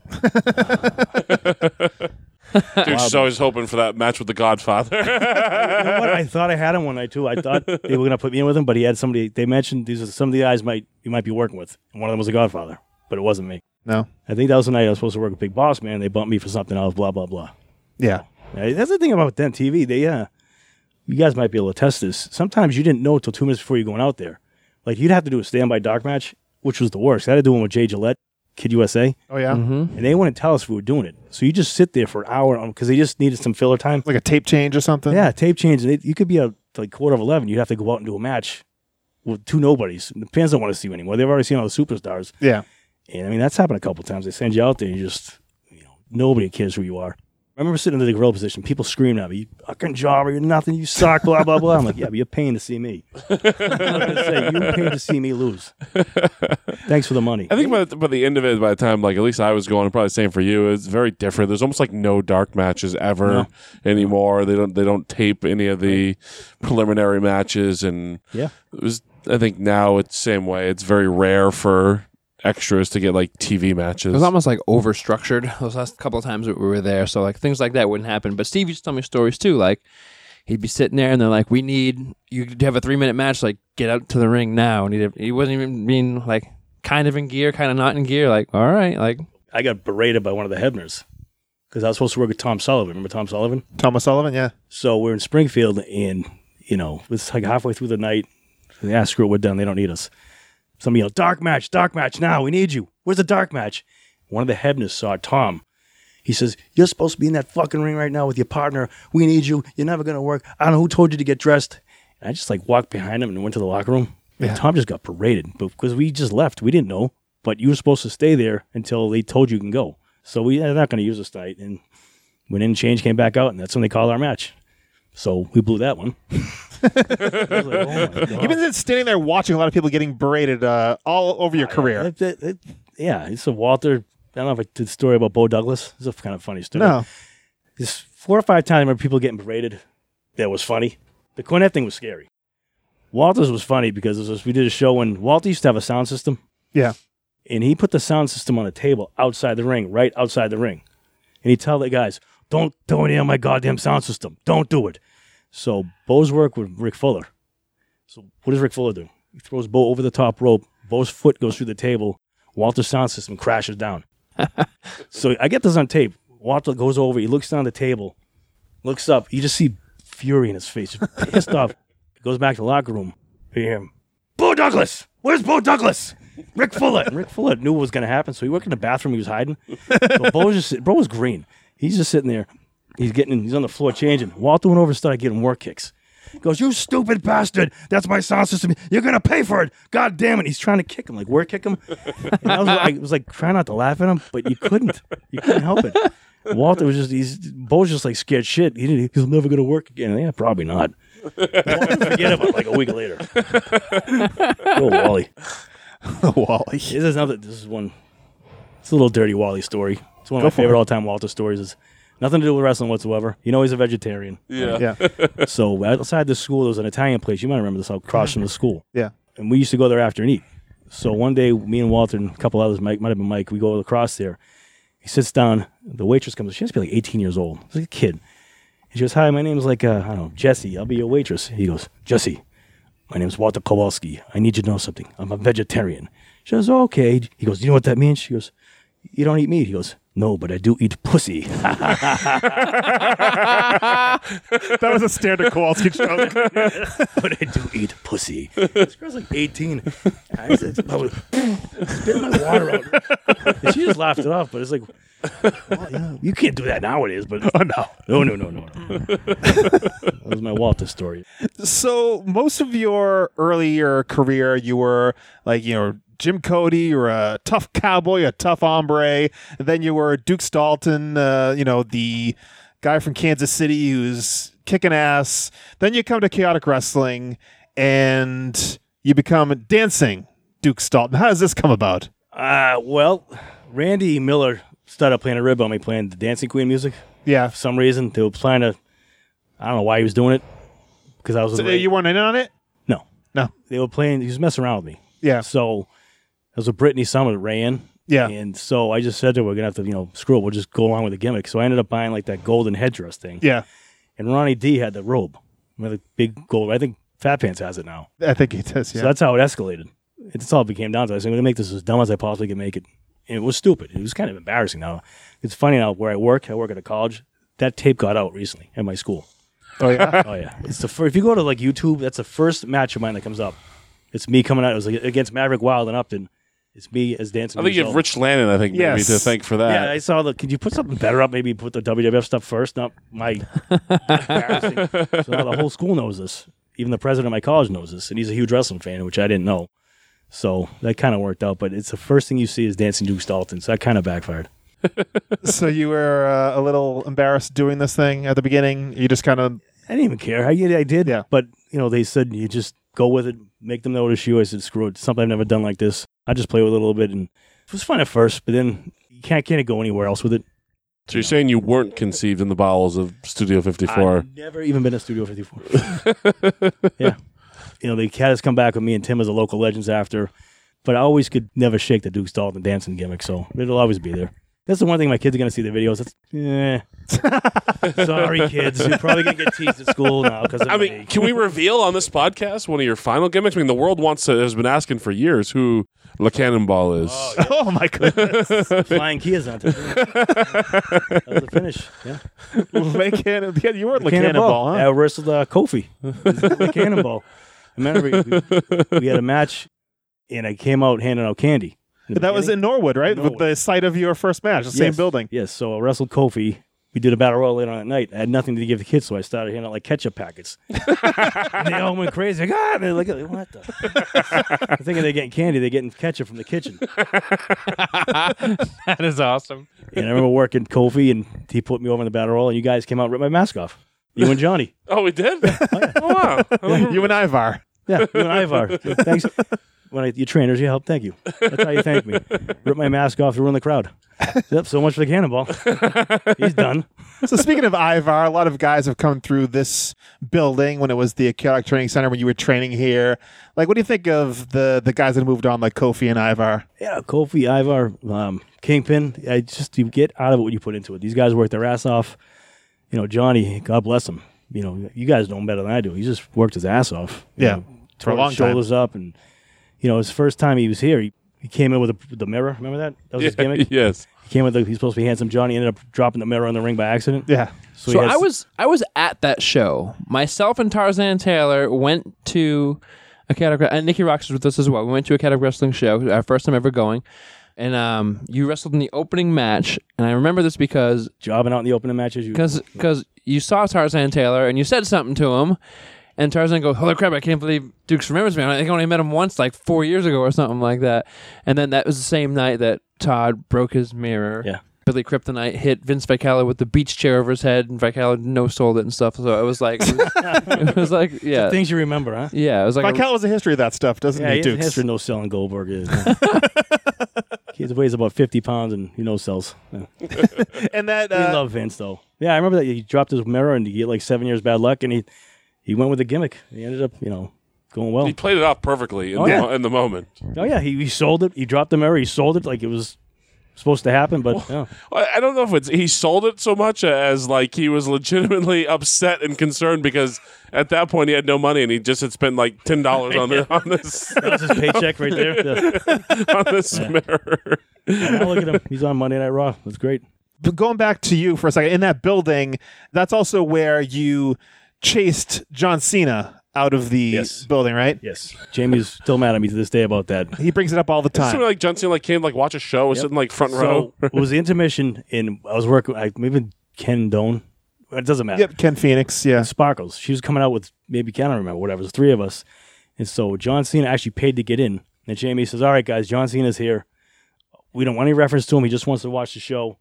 Speaker 2: dude's just always hoping for that match with the Godfather.
Speaker 6: You know what? I thought I had him one night too. I thought they were gonna put me in with him, but he had somebody. They mentioned these are some of the guys might you might be working with, and one of them was a Godfather, but it wasn't me.
Speaker 1: no.
Speaker 6: I think that was the night I was supposed to work with Big Boss Man. They bumped me for something else. Blah blah blah.
Speaker 1: Yeah.
Speaker 6: Yeah, that's the thing about them TV. They, uh, you guys might be able to test this. Sometimes you didn't know till two minutes before you going out there. Like you'd have to do a standby dark match, which was the worst. I had to do one with Jay Gillette, Kid USA,
Speaker 1: Oh, yeah.
Speaker 6: and they wouldn't tell us if we were doing it. So you just sit there for an hour because they just needed some filler time.
Speaker 1: Like a tape change or something?
Speaker 6: Yeah, tape change. and it- You could be a like quarter of eleven. You'd have to go out and do a match with two nobodies. The fans don't want to see you anymore. They've already seen all the superstars.
Speaker 1: Yeah.
Speaker 6: And I mean, that's happened a couple times. They send you out there and you just, you know, nobody cares who you are. I remember sitting in the gorilla position, people screaming at me, you fucking jobber, you're nothing, you suck, blah, blah, blah. I'm like, yeah, but you're paying to see me. I'm gonna say, you paid to see me lose. Thanks for the money.
Speaker 2: I think by the, by the end of it, by the time like at least I was going, and probably the same for you. It's very different. There's almost like no dark matches ever
Speaker 6: No.
Speaker 2: anymore. They don't they don't tape any of the preliminary matches, and
Speaker 6: Yeah.
Speaker 2: it was. I think now it's same way. It's very rare for extras to get like TV matches.
Speaker 5: It was almost like overstructured those last couple of times that we were there. So like things like that wouldn't happen. But Steve used to tell me stories too. Like he'd be sitting there and they're like, "We need you to have a three minute match. Like get out to the ring now." And he'd, he wasn't even being like kind of in gear, kind of not in gear. Like all right, like
Speaker 6: I got berated by one of the Hebners because I was supposed to work with Tom Sullivan. Remember Tom Sullivan?
Speaker 1: Thomas Sullivan, yeah.
Speaker 6: So we're in Springfield, and you know it's like halfway through the night. Yeah, screw it, we're done. They don't need us. Somebody yelled, "Dark match, dark match! Now we need you. Where's the dark match?" One of the Hebners saw Tom. He says, "You're supposed to be in that fucking ring right now with your partner. We need you. You're never gonna work. I don't know who told you to get dressed." And I just like walked behind him and went to the locker room. And Tom just got berated because we just left. We didn't know, but you were supposed to stay there until they told you can go. So we are not gonna use this night. And went in, change, came back out, and that's when they called our match. So we blew that one. I was like, oh my God.
Speaker 1: You've been just standing there watching a lot of people getting berated uh, all over your career.
Speaker 6: That- that- that- yeah, it's a Walter. I don't know if I did the story about Bo Douglas. It's a kind of funny story.
Speaker 1: No.
Speaker 6: There's four or five times I remember people getting berated. That was funny. The Cornette thing was scary. Walter's was funny because it was, we did a show when Walter used to have a sound system.
Speaker 1: Yeah.
Speaker 6: and he put the sound system on a table outside the ring, right outside the ring. And he tell the guys, "Don't don't hear my goddamn sound system. Don't do it." So Bo's work with Rick Fuller. So what does Rick Fuller do? He throws Bo over the top rope. Bo's foot goes through the table. Walter's sound system crashes down. so I get this on tape. Walter goes over. He looks down the table, looks up. You just see fury in his face, just pissed off. Goes back to the locker room. You hear him. Bo Douglas. Where's Bo Douglas? Rick Fuller. And Rick Fuller knew what was going to happen, so he worked in the bathroom. He was hiding. So Bo was just sit- Bo was green. He's just sitting there. He's getting. He's on the floor changing. Walter went over and started getting war kicks. He goes, you stupid bastard! That's my sound system. You're gonna pay for it. God damn it! He's trying to kick him, like where kick him. And I was like, I was like trying not to laugh at him, but you couldn't. You couldn't help it. Walter was just he's Bo's just like scared shit. He didn't, he's never gonna work again. Yeah, probably not. Walter forget about it like a week later. Oh, Wally.
Speaker 1: Wally.
Speaker 6: This is another. This is one. It's a little dirty Wally story. It's one of my favorite all-time Walter stories. Is nothing to do with wrestling whatsoever. You know he's a vegetarian.
Speaker 2: Yeah.
Speaker 1: Yeah.
Speaker 6: So outside the school, there was an Italian place. You might remember this. Across from the school,
Speaker 1: Yeah.
Speaker 6: and we used to go there after and eat. So one day, me and Walter and a couple others, Mike might have been Mike. We go across there. He sits down. The waitress comes. She has to be like 18 years old. She's like a kid. And she goes, "Hi, my name's like uh, I don't know, Jesse. I'll be your waitress." He goes, "Jesse, my name's Walter Kowalski. I need you to know something. I'm a vegetarian." She goes, "Oh, "Okay." He goes, "You know what that means?" She goes, "You don't eat meat." He goes, "No, but I do eat pussy."
Speaker 1: That was a standard Kowalski joke.
Speaker 6: but I do eat pussy. This girl's like 18. I said, I was spitting my water out. And she just laughed it off, but it's like, well, yeah, you can't do that nowadays. But oh, no. No, no, no, no. that was my Walter story.
Speaker 1: so most of your earlier career, you were like you know Jim Cody, you were a tough cowboy, a tough hombre. And then you were Duke Dalton, uh, you know the guy from Kansas City who's kicking ass. Then you come to chaotic wrestling and you become dancing Duke Dalton. How does this come about?
Speaker 6: Uh, well, Randy Miller started playing a rib on me playing the Dancing Queen music.
Speaker 1: Yeah,
Speaker 6: For some reason, they were playing a, I don't know why he was doing it. Because I was
Speaker 1: so,
Speaker 6: a-
Speaker 1: you weren't in on it.
Speaker 6: No.
Speaker 1: No.
Speaker 6: They were playing, he was messing around with me.
Speaker 1: Yeah,
Speaker 6: So it was a Britney summer that ran.
Speaker 1: Yeah.
Speaker 6: And so I just said to her, we're going to have to, you know, screw it. We'll just go along with the gimmick. So I ended up buying like that golden headdress thing.
Speaker 1: yeah.
Speaker 6: And Ronnie D had the robe, really big gold. I think Fat Pants has it now.
Speaker 1: I think he does. Yeah,
Speaker 6: So that's how it escalated. It's all it became down to. I was going to make this as dumb as I possibly could make it. And it was stupid. It was kind of embarrassing now. It's funny now where I work, I work at a college. That tape got out recently at my school.
Speaker 1: oh yeah.
Speaker 6: Oh yeah, it's the first. If you go to like YouTube, that's the first match of mine that comes up. It's me coming out. It was like, against Maverick Wild and Upton. It's me as dancing.
Speaker 2: I think you have
Speaker 6: Michelle.
Speaker 2: Rich Lannon, I think, maybe
Speaker 1: Yes.
Speaker 2: to thank for that.
Speaker 6: Yeah, I saw the. Could you put something better up? Maybe put the WWF stuff first. Not my. embarrassing. so now the whole school knows this. Even the president of my college knows this, and he's a huge wrestling fan, which I didn't know. So that kind of worked out. But it's the first thing you see is dancing Duke Dalton. So that kind of backfired.
Speaker 1: so you were uh, a little embarrassed doing this thing at the beginning. You just kind of
Speaker 6: I didn't even care. I, yeah, I did.
Speaker 1: Yeah.
Speaker 6: But, you know, they said, you just go with it, make them notice you. I said, screw it. Something I've never done like this. I just play with it a little bit. And it was fun at first, but then you can't, can't go anywhere else with it.
Speaker 2: So you're saying you weren't conceived in the bowels of Studio 54?
Speaker 6: I've never even been to Studio 54. yeah. You know, they had us come back with me and Tim as the local legends after, but I always could never shake the Duke's Dalton dancing gimmick, so it'll always be there. That's the one thing my kids are going to see the videos. That's, eh. Sorry, kids. You're probably going to get teased at school now because
Speaker 2: I mean, can we reveal on this podcast one of your final gimmicks? I mean, the world wants to, has been asking for years who La Cannonball is.
Speaker 1: oh my goodness.
Speaker 6: flying Kia's on top. that was the finish. Yeah.
Speaker 1: Lake Cannon- yeah, you weren't Lake Cannonball,
Speaker 6: Cannonball.
Speaker 1: huh?
Speaker 6: I wrestled uh, Kofi. The Cannonball. I remember we, we had a match, and I came out handing out candy. the
Speaker 1: that was
Speaker 6: beginning.
Speaker 1: in Norwood, right?
Speaker 6: Norwood.
Speaker 1: The site of your first match, the same
Speaker 6: Yes.
Speaker 1: building.
Speaker 6: Yes. So I wrestled Kofi. We did a battle royal later on that night. I had nothing to give the kids, so I started handing out like ketchup packets. and they all went crazy. Like, ah, and they're like, what the? I'm thinking they're getting candy. They're getting ketchup from the kitchen.
Speaker 5: that is awesome.
Speaker 6: And I remember working Kofi, and he put me over in the battle royal, and you guys came out and ripped my mask off. You and Johnny.
Speaker 2: Oh, we did? oh, wow.
Speaker 1: You and Ivar.
Speaker 6: Yeah, you and Ivar. Thanks. When I, your trainers, you help. Thank you. That's how you thank me. Rip my mask off to ruin the crowd. Yep. So much for the cannonball. He's done.
Speaker 1: so speaking of Ivar, a lot of guys have come through this building when it was the Chaotic Training Center when you were training here. Like, what do you think of the the guys that moved on, like Kofi and Ivar?
Speaker 6: Yeah, Kofi, Ivar, um, Kingpin. I just you get out of it what you put into it. These guys work their ass off. You know, Johnny, God bless him. You know, you guys know him better than I do. He just worked his ass off. you
Speaker 1: Yeah,
Speaker 6: know,
Speaker 1: for a
Speaker 6: tore
Speaker 1: long
Speaker 6: his shoulders up, and you know, his first time he was here, he He came in with, a, with the mirror. Remember that? That was his gimmick.
Speaker 2: yes.
Speaker 6: He came with the, he's supposed to be handsome Johnny. Ended up dropping the mirror on the ring by accident.
Speaker 1: Yeah.
Speaker 6: he
Speaker 5: so
Speaker 6: has-
Speaker 5: I was I was at that show. Myself and Tarzan Taylor went to a category and Nikki Rocks was with us as well. We went to a category wrestling show, our first time ever going. And um, you wrestled in the opening match, and I remember this because
Speaker 6: jobbing out in the opening matches. You,
Speaker 5: because because you saw Tarzan Taylor and you said something to him, and Tarzan goes, "Holy crap! I can't believe Dukes remembers me. I think I only met him once, like four years ago or something like that." And then that was the same night that Todd broke his mirror.
Speaker 6: Yeah.
Speaker 5: Billy Kryptonite hit Vince Vacala with the beach chair over his head, and Vacala no sold it and stuff. So it was like, it was, like, yeah,
Speaker 6: things you remember, huh?
Speaker 5: yeah, it was like, a-
Speaker 1: Michael has a history of that stuff, doesn't
Speaker 6: Yeah,
Speaker 1: he,
Speaker 6: he has-
Speaker 1: Dukes?
Speaker 6: has for no selling Goldberg is. he weighs about fifty pounds and he no sells. Yeah.
Speaker 1: And that
Speaker 6: We
Speaker 1: uh,
Speaker 6: love Vince though. Yeah, I remember that he dropped his mirror and he get like seven years bad luck and he he went with a gimmick. He ended up you know going well.
Speaker 2: He played it off perfectly in,
Speaker 6: Oh,
Speaker 2: the,
Speaker 6: yeah.
Speaker 2: in the moment.
Speaker 6: oh yeah, he, he sold it. He dropped the mirror. He sold it like it was supposed to happen. But yeah.
Speaker 2: I I don't know if it's he sold it so much as like he was legitimately upset and concerned because at that point he had no money and he just had spent like ten dollars on the, on this
Speaker 6: that's his paycheck right there. Yeah.
Speaker 2: on this mirror.
Speaker 6: Now look at him. He's on Monday Night Raw. That's great.
Speaker 1: but going back to you for a second, in that building, that's also where you chased John Cena out of the
Speaker 6: Yes.
Speaker 1: building, right?
Speaker 6: Yes, Jamie's still mad at me to this day about that.
Speaker 1: He brings it up all the
Speaker 2: Something
Speaker 1: time.
Speaker 2: like Johnson like came like watch a show, was sitting like front
Speaker 6: So
Speaker 2: row.
Speaker 6: it was the intermission, and I was working. I, maybe Ken Doan. It doesn't matter.
Speaker 1: Yep, Ken Phoenix. Yeah.
Speaker 6: Sparkles. She was coming out with maybe I don't remember whatever. It was three of us, and so John Cena actually paid to get in. And Jamie says, "All right, guys, John Cena's here. We don't want any reference to him. He just wants to watch the show.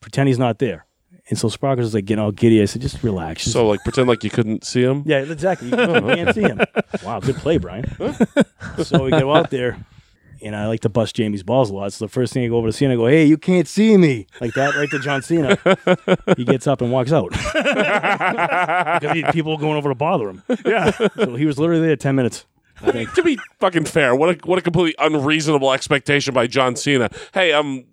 Speaker 6: Pretend he's not there." And so Sparkles was like getting all giddy. I said, "Just relax." Just-
Speaker 2: So like pretend like you couldn't see him.
Speaker 6: yeah, exactly. You can't see him. Wow, good play, Brian. so we go out there, and I like to bust Jamie's balls a lot. So the first thing I go over to Cena, I go, "Hey, you can't see me!" Like that, right to John Cena. he gets up and walks out because he, people were going over to bother him. Yeah, so he was literally there ten minutes.
Speaker 2: to be fucking fair, what a what a completely unreasonable expectation by John Cena. Hey, I'm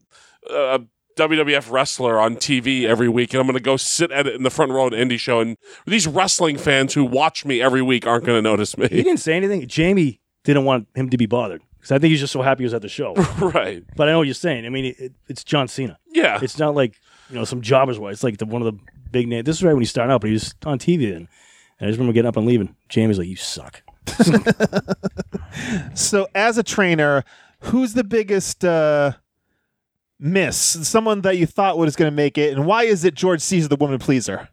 Speaker 2: uh, a WWF wrestler on TV every week, and I'm going to go sit at it in the front row at an indie show, and these wrestling fans who watch me every week aren't going to notice
Speaker 6: He
Speaker 2: me.
Speaker 6: didn't say anything. Jamie didn't want him to be bothered because I think he's just so happy he was at the show.
Speaker 2: right?
Speaker 6: but I know what you're saying. I mean, it, it's John Cena.
Speaker 2: Yeah.
Speaker 6: It's not like you know some jobbers way. It's like the one of the big names. This is right when he's starting out, but he was on TV then. And I just remember getting up and leaving. Jamie's like, "You suck."
Speaker 1: So, as a trainer, who's the biggest uh, miss? Someone that you thought was going to make it, and why is it George Caesar, the woman pleaser?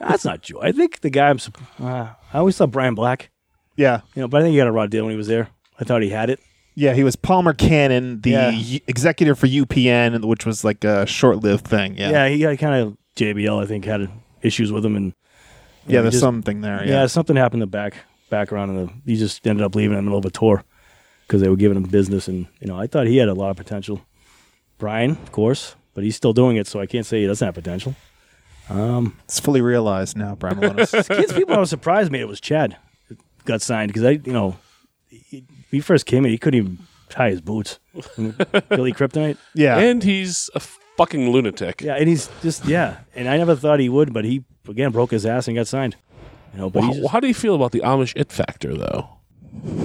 Speaker 6: That's not Joe. I think the guy. I'm. sup- Uh, I always thought Brian Black.
Speaker 1: Yeah,
Speaker 6: You know, but I think he got a raw deal when he was there. I thought he had it.
Speaker 1: yeah. He was Palmer Cannon, the
Speaker 6: Yeah.
Speaker 1: y- executive for UPN, and- which was like a short-lived thing. Yeah, yeah.
Speaker 6: Yeah, he uh, got kind of JBL. I think had issues with him, and he
Speaker 1: there's
Speaker 6: just-
Speaker 1: something there.
Speaker 6: yeah.
Speaker 1: Yeah.
Speaker 6: something happened in the back background, and the, he just ended up leaving in the middle of a tour because they were giving him business. And you know, I thought he had a lot of potential. Brian, of course, but he's still doing it, so I can't say he doesn't have potential.
Speaker 1: it's fully realized now, Brian Malonis.
Speaker 6: kids people I was surprised made it was Chad got signed because I you know he, he first came in he couldn't even tie his boots Billy Kryptonite
Speaker 1: yeah,
Speaker 2: and he's a fucking lunatic.
Speaker 6: yeah and he's just yeah and I never thought he would but he again broke his ass and got signed you know but
Speaker 2: Wh-
Speaker 6: he's
Speaker 2: How,
Speaker 6: just,
Speaker 2: do you feel about the Amish it factor, though?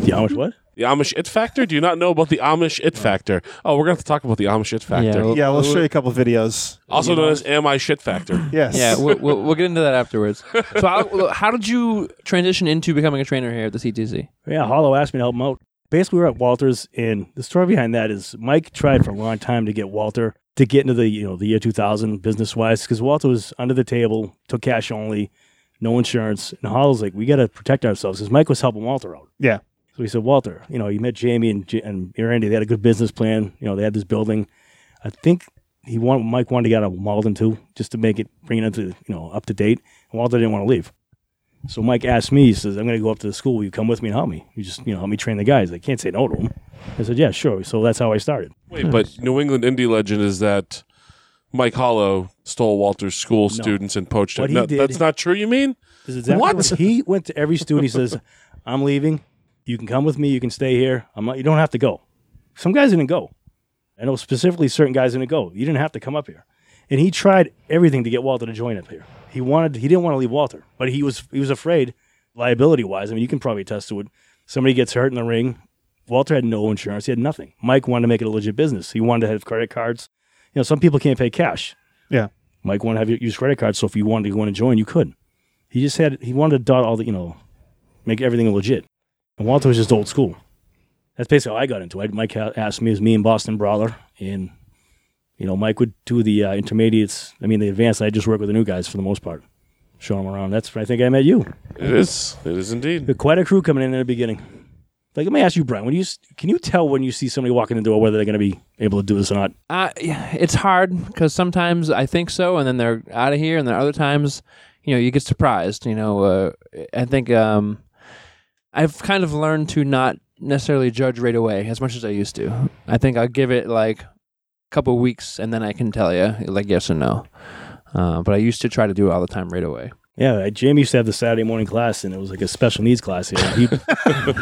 Speaker 6: yeah, how much what
Speaker 2: The Amish it factor? Do you not know about the Amish it factor? Oh, we're gonna have to talk about the Amish it factor.
Speaker 5: Yeah, well-
Speaker 1: yeah. We'll show you a couple of videos.
Speaker 2: also known as am I shit factor.
Speaker 1: Yes.
Speaker 5: yeah. We'll, we'll, we'll get into that afterwards. So how, how did you transition into becoming a trainer here at the CTC?
Speaker 6: yeah Hollow asked me to help him out basically we were at Walters and the story behind that is Mike tried for a long time to get Walter to get into the you know the year 2000 business wise because Walter was under the table took cash only no insurance and Hollow's like we got to protect ourselves because Mike was helping Walter out
Speaker 1: yeah.
Speaker 6: So he said, Walter, you know, you met Jamie and, J- and Randy. They had a good business plan. You know, they had this building. I think he wanted Mike wanted to get out of Malden too, just to make it bring it into you know up to date. And Walter didn't want to leave. So Mike asked me, he says, I'm going to go up to the school. Will you come with me and help me? You just, you know, help me train the guys. I can't say no to him. I said, yeah, sure. So that's how I started.
Speaker 2: Wait, but New England indie legend is that Mike Hollow stole Walter's school students and poached
Speaker 6: What
Speaker 2: him.
Speaker 6: he
Speaker 2: No,
Speaker 6: did-
Speaker 2: that's not true. You mean?
Speaker 6: This is exactly
Speaker 2: What?
Speaker 6: what? He went to every student. He says, I'm leaving. You can come with me. You can stay here. I'm not, you don't have to go. Some guys didn't go. I know specifically certain guys didn't go. You didn't have to come up here. And he tried everything to get Walter to join up here. He wanted he didn't want to leave Walter, but he was he was afraid liability wise. I mean, you can probably attest to it. Somebody gets hurt in the ring, Walter had no insurance. He had nothing. Mike wanted to make it a legit business. He wanted to have credit cards. You know, some people can't pay cash.
Speaker 1: Yeah.
Speaker 6: Mike wanted to have use credit cards, so if you wanted to go in and join, you could. He just had he wanted to dot all the you know, make everything legit. And Walter was just old school. That's basically how I got into it. Mike ha- asked me, it was me and Boston Brawler, and you know, Mike would do the uh, intermediates. I mean, the advanced. I just work with the new guys for the most part, show them around. That's where I think I met you.
Speaker 2: It is. It is indeed.
Speaker 6: But quite a crew coming in at the beginning. Like, let me ask you, Brian. When you s- can you tell when you see somebody walking the door whether they're going to be able to do this or not?
Speaker 5: Uh, yeah, it's hard because sometimes I think so, and then they're out of here, and then other times, you know, you get surprised. You know, uh, I think um, I've kind of learned to not necessarily judge right away as much as I used to. I think I'll give it like a couple weeks, and then I can tell you like yes or no. Uh, but I used to try to do it all the time right away.
Speaker 6: Yeah, like, Jamie used to have the Saturday morning class, and it was like a special needs class. Here. He,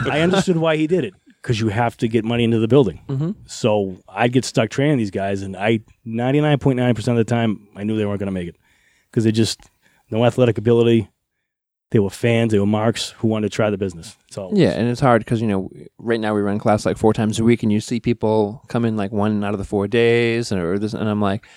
Speaker 6: I understood why he did it because you have to get money into the building.
Speaker 5: Mhm.
Speaker 6: So I'd get stuck training these guys, and I ninety nine point nine percent of the time I knew they weren't going to make it because they just no athletic ability. They were fans. They were marks who wanted to try the business. That's all. it was.
Speaker 5: Yeah, and it's hard because you know right now we run class like four times a week, and you see people come in like one out of the four days, and or this, and I'm like,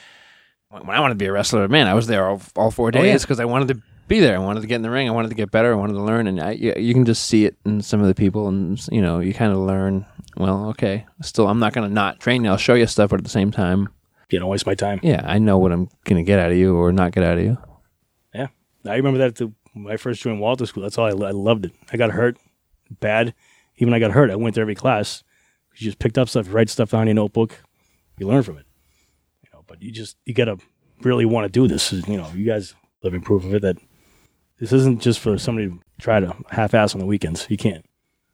Speaker 5: when when I wanted to be a wrestler, man, I was there all, all four
Speaker 6: yeah.
Speaker 5: days because I wanted to be there. I wanted to get in the ring. I wanted to get better. I wanted to learn, and I, you, you can just see it in some of the people, and you know you kind of learn. Well, okay, still I'm not gonna not train you. I'll show you stuff, but at the same time,
Speaker 6: You know, waste my time.
Speaker 5: yeah, I know what I'm gonna get out of you or not get out of you.
Speaker 6: Yeah. I remember that at the, when I first joined Walter School. That's all I, I loved it. I got hurt bad. Even when I got hurt, I went to every class. You just picked up stuff, you write stuff down in your notebook, you learn from it. You know, but you just you gotta really want to do this. You know, you guys living proof of it that this isn't just for somebody to try to half-ass on the weekends. You can't.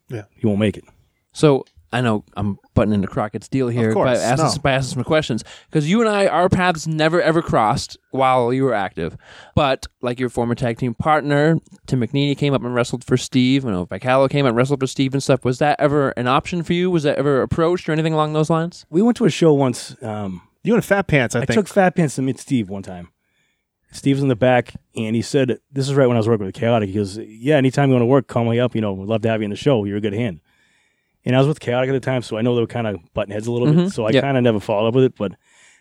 Speaker 1: Yeah.
Speaker 6: you won't make it.
Speaker 5: So I know I'm butting into Crockett's deal here
Speaker 1: course,
Speaker 5: by, asking,
Speaker 1: no.
Speaker 5: by asking some questions because you and I, our paths never ever crossed while you were active. But like your former tag team partner, Tim McNeely came up and wrestled for Steve. You know, Bacallo came up and wrestled for Steve and stuff. Was that ever an option for you? Was that ever approached or anything along those lines?
Speaker 6: We went to a show once. Um,
Speaker 1: You and Fat Pants, I,
Speaker 6: I,
Speaker 1: think.
Speaker 6: took Fat Pants to meet Steve one time. Steve was in the back, and he said, "This is right when I was working with Chaotic." He goes, "Yeah, anytime you want to work, call me up. You know, we'd love to have you in the show. You're a good hand." And I was with Chaotic at the time, so I know they were kind of button heads a little
Speaker 5: Mhm.
Speaker 6: bit. So I
Speaker 5: Yeah.
Speaker 6: kind of never followed up with it, but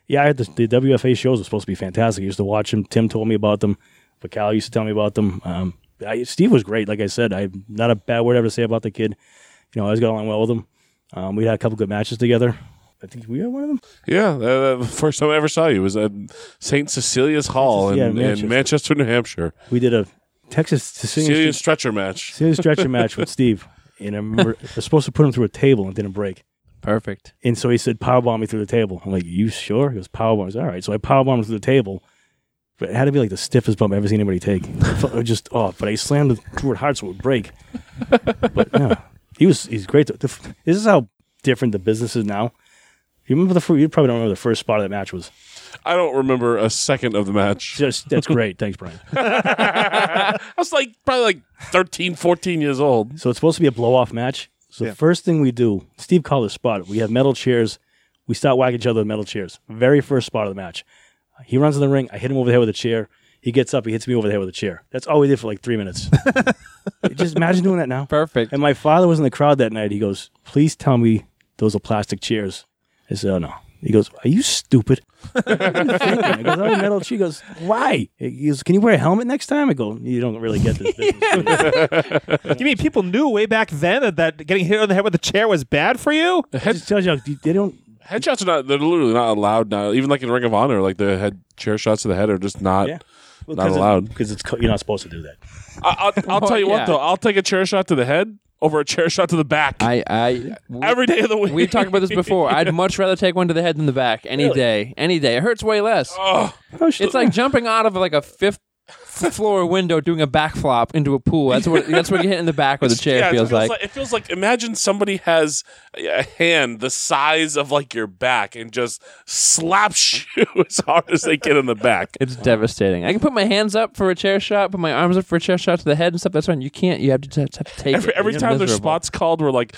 Speaker 6: yeah, I had the, the WFA shows were supposed to be fantastic. I used to watch them. Tim told me about them. Vacal used to tell me about them. Um, I, Steve was great. Like I said, I not a bad word ever to say about the kid. You know, I always got along well with him. Um, we had a couple good matches together. I think we had one of them.
Speaker 2: Yeah. Uh, the first time I ever saw you was at St. Cecilia's Hall in,
Speaker 6: Yeah,
Speaker 2: in Manchester.
Speaker 6: Manchester.
Speaker 2: New Hampshire.
Speaker 6: We did a Texas Sicilian
Speaker 2: Cecilian stretcher match.
Speaker 6: Serious stretcher match with Steve, and I remember I was supposed to put him through a table and didn't break.
Speaker 5: Perfect.
Speaker 6: And so he said, "Powerbomb me through the table." I'm like, "You sure?" He goes, "Powerbomb." I said, "All right." So I powerbombed him through the table, but it had to be like the stiffest bump I've ever seen anybody take. It felt- it just off, but I slammed it through it hard so it would break. But yeah, he was he's great. The f- This is how different the business is now. You remember the fir- you probably don't remember the first spot of that match was.
Speaker 2: I don't remember a second of the match.
Speaker 6: Just that's great. Thanks, Brian.
Speaker 2: I was like probably like 13, 14 years old.
Speaker 6: So it's supposed to be a blow off match. So
Speaker 1: Yeah.
Speaker 6: the first thing we do, Steve called a spot. We have metal chairs. We start whacking each other with metal chairs. Very first spot of the match. He runs in the ring. I hit him over the head with a chair. He gets up. He hits me over the head with a chair. That's all we did for like three minutes. Just imagine doing that now.
Speaker 5: Perfect.
Speaker 6: And my father was in the crowd that night. He goes, "Please tell me those are plastic chairs." I said, "Oh no." He goes, "Are you stupid?" I goes, "Oh, metal." She goes, "Why?" He goes, "Can you wear a helmet next time?" I go, "You don't really get this." business."
Speaker 1: you mean people knew way back then that, that getting hit on the head with a chair was bad for you?
Speaker 6: It just tells you how- they don't
Speaker 2: Headshots are not, they're literally not allowed now. Even like in Ring of Honor, like the head chair shots to the head are just not.
Speaker 6: Yeah. Well,
Speaker 2: Not allowed.
Speaker 6: because it's co- you're not supposed to do that.
Speaker 2: I, I'll, I'll tell you
Speaker 5: Oh, yeah.
Speaker 2: what though, I'll take a chair shot to the head over a chair shot to the back
Speaker 5: I, I,
Speaker 2: every day of the week.
Speaker 5: we talked about this before. I'd much rather take one to the head than the back any day, any day. It hurts way less.
Speaker 2: Oh,
Speaker 5: It's like jumping out of like a fifth floor window doing a backflop into a pool. That's what that's what you hit in the back with a chair
Speaker 2: yeah, it
Speaker 5: feels like.
Speaker 2: It feels like imagine somebody has a hand the size of like your back and just slaps you as hard as they can in the back.
Speaker 5: It's devastating. I can put my hands up for a chair shot, put my arms up for a chair shot to the head and stuff. That's fine. You can't. You have to, t- t- take
Speaker 2: Every,
Speaker 5: it.
Speaker 2: every
Speaker 5: It's
Speaker 2: time there's
Speaker 5: miserable.
Speaker 2: spots called, we're like,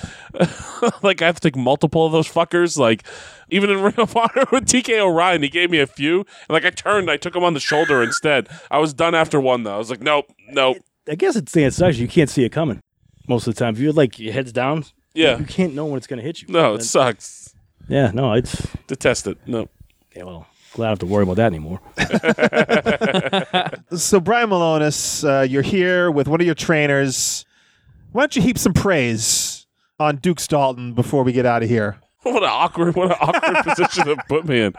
Speaker 2: like I have to take multiple of those fuckers. Like, even in Ring of Honor with TK Orion, he gave me a few. And like I turned, I took him on the shoulder instead. I was done after one though. I was like, nope, nope.
Speaker 6: I guess it's the size you can't see it coming most of the time. If you're like your head's down,
Speaker 2: Yeah.
Speaker 6: You can't know when it's going to hit you.
Speaker 2: No, it sucks.
Speaker 6: Yeah, no, it's.
Speaker 2: Detest it. No.
Speaker 6: Yeah, well, glad I don't have to worry about that anymore.
Speaker 1: So, Brian Malonis, uh, you're here with one of your trainers. Why don't you heap some praise on Duke Dalton before we get out of here?
Speaker 2: What an awkward, what an awkward position to put me in.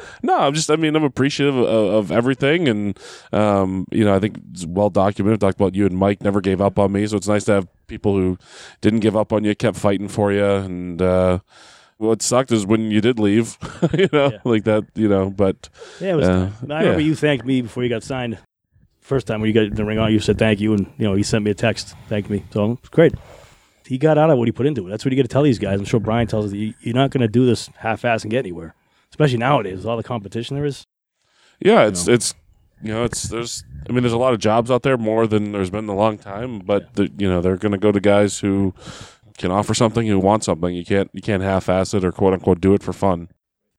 Speaker 2: no, I'm just, I mean, I'm appreciative of, of everything, and um, you know, I think it's well documented. Talked about you and Mike never gave up on me, so it's nice to have people who didn't give up on you, kept fighting for you, and uh, what sucked is when you did leave, you know,
Speaker 6: Yeah.
Speaker 2: like that, you know, but
Speaker 6: Yeah, it was.
Speaker 2: Uh,
Speaker 6: I remember
Speaker 2: yeah.
Speaker 6: you thanked me before you got signed. First time when you got the ring on, you said thank you, and you know he sent me a text, thanked me. So it's great. He got out of what he put into it. That's what you got to tell these guys. I'm sure Brian tells us you, you're not going to do this half-ass and get anywhere, especially nowadays with all the competition there is.
Speaker 2: Yeah, it's it's you know it's there's I mean there's a lot of jobs out there more than there's been in a long time, but the, you know they're going to go to guys who can offer something, who want something. You can't you can't half-ass it or quote unquote do it for fun.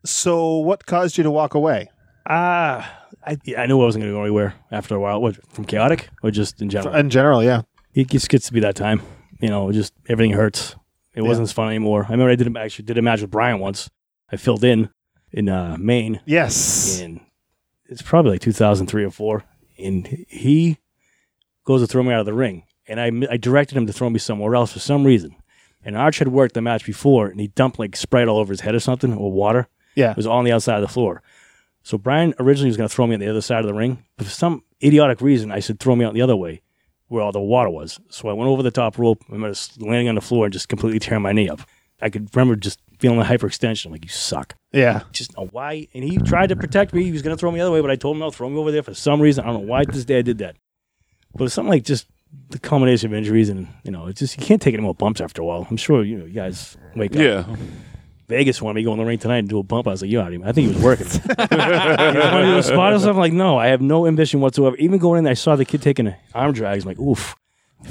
Speaker 1: So, what caused you to walk away?
Speaker 6: Ah, I, I knew I wasn't going to go anywhere after a while. What from chaotic or just in general?
Speaker 1: In general, yeah.
Speaker 6: it just gets to be that time. You know, just everything hurts. It wasn't as fun anymore. I remember I did a, actually did a match with Brian once. I filled in in uh, Maine,
Speaker 1: Yes.
Speaker 6: and it's probably like 2003 or four. And he goes to throw me out of the ring, and I mi- I directed him to throw me somewhere else for some reason. And Arch had worked the match before, and he dumped like Sprite all over his head or something or water.
Speaker 1: Yeah.
Speaker 6: It was on the outside of the floor. So Brian originally was going to throw me on the other side of the ring, but for some idiotic reason, I said throw me out the other way, where all the water was. So I went over the top rope. I remember just landing on the floor and just completely tearing my knee up. I could remember just feeling a hyperextension. I'm like you suck.
Speaker 1: Yeah.
Speaker 6: Just know why. And he tried to protect me. He was going to throw me the other way, but I told him no, throw me over there for some reason. I don't know why to this day I did that. But it's something like just the combination of injuries and you know, it's just you can't take any more bumps after a while. I'm sure you know you guys wake up.
Speaker 2: Yeah,
Speaker 6: Vegas wanted me to go in the ring tonight and do a bump. I was like, you out of I think he was working. you want to do a spot or something? Like, no, I have no ambition whatsoever. Even going in, there, I saw the kid taking a arm drags. I'm like, oof.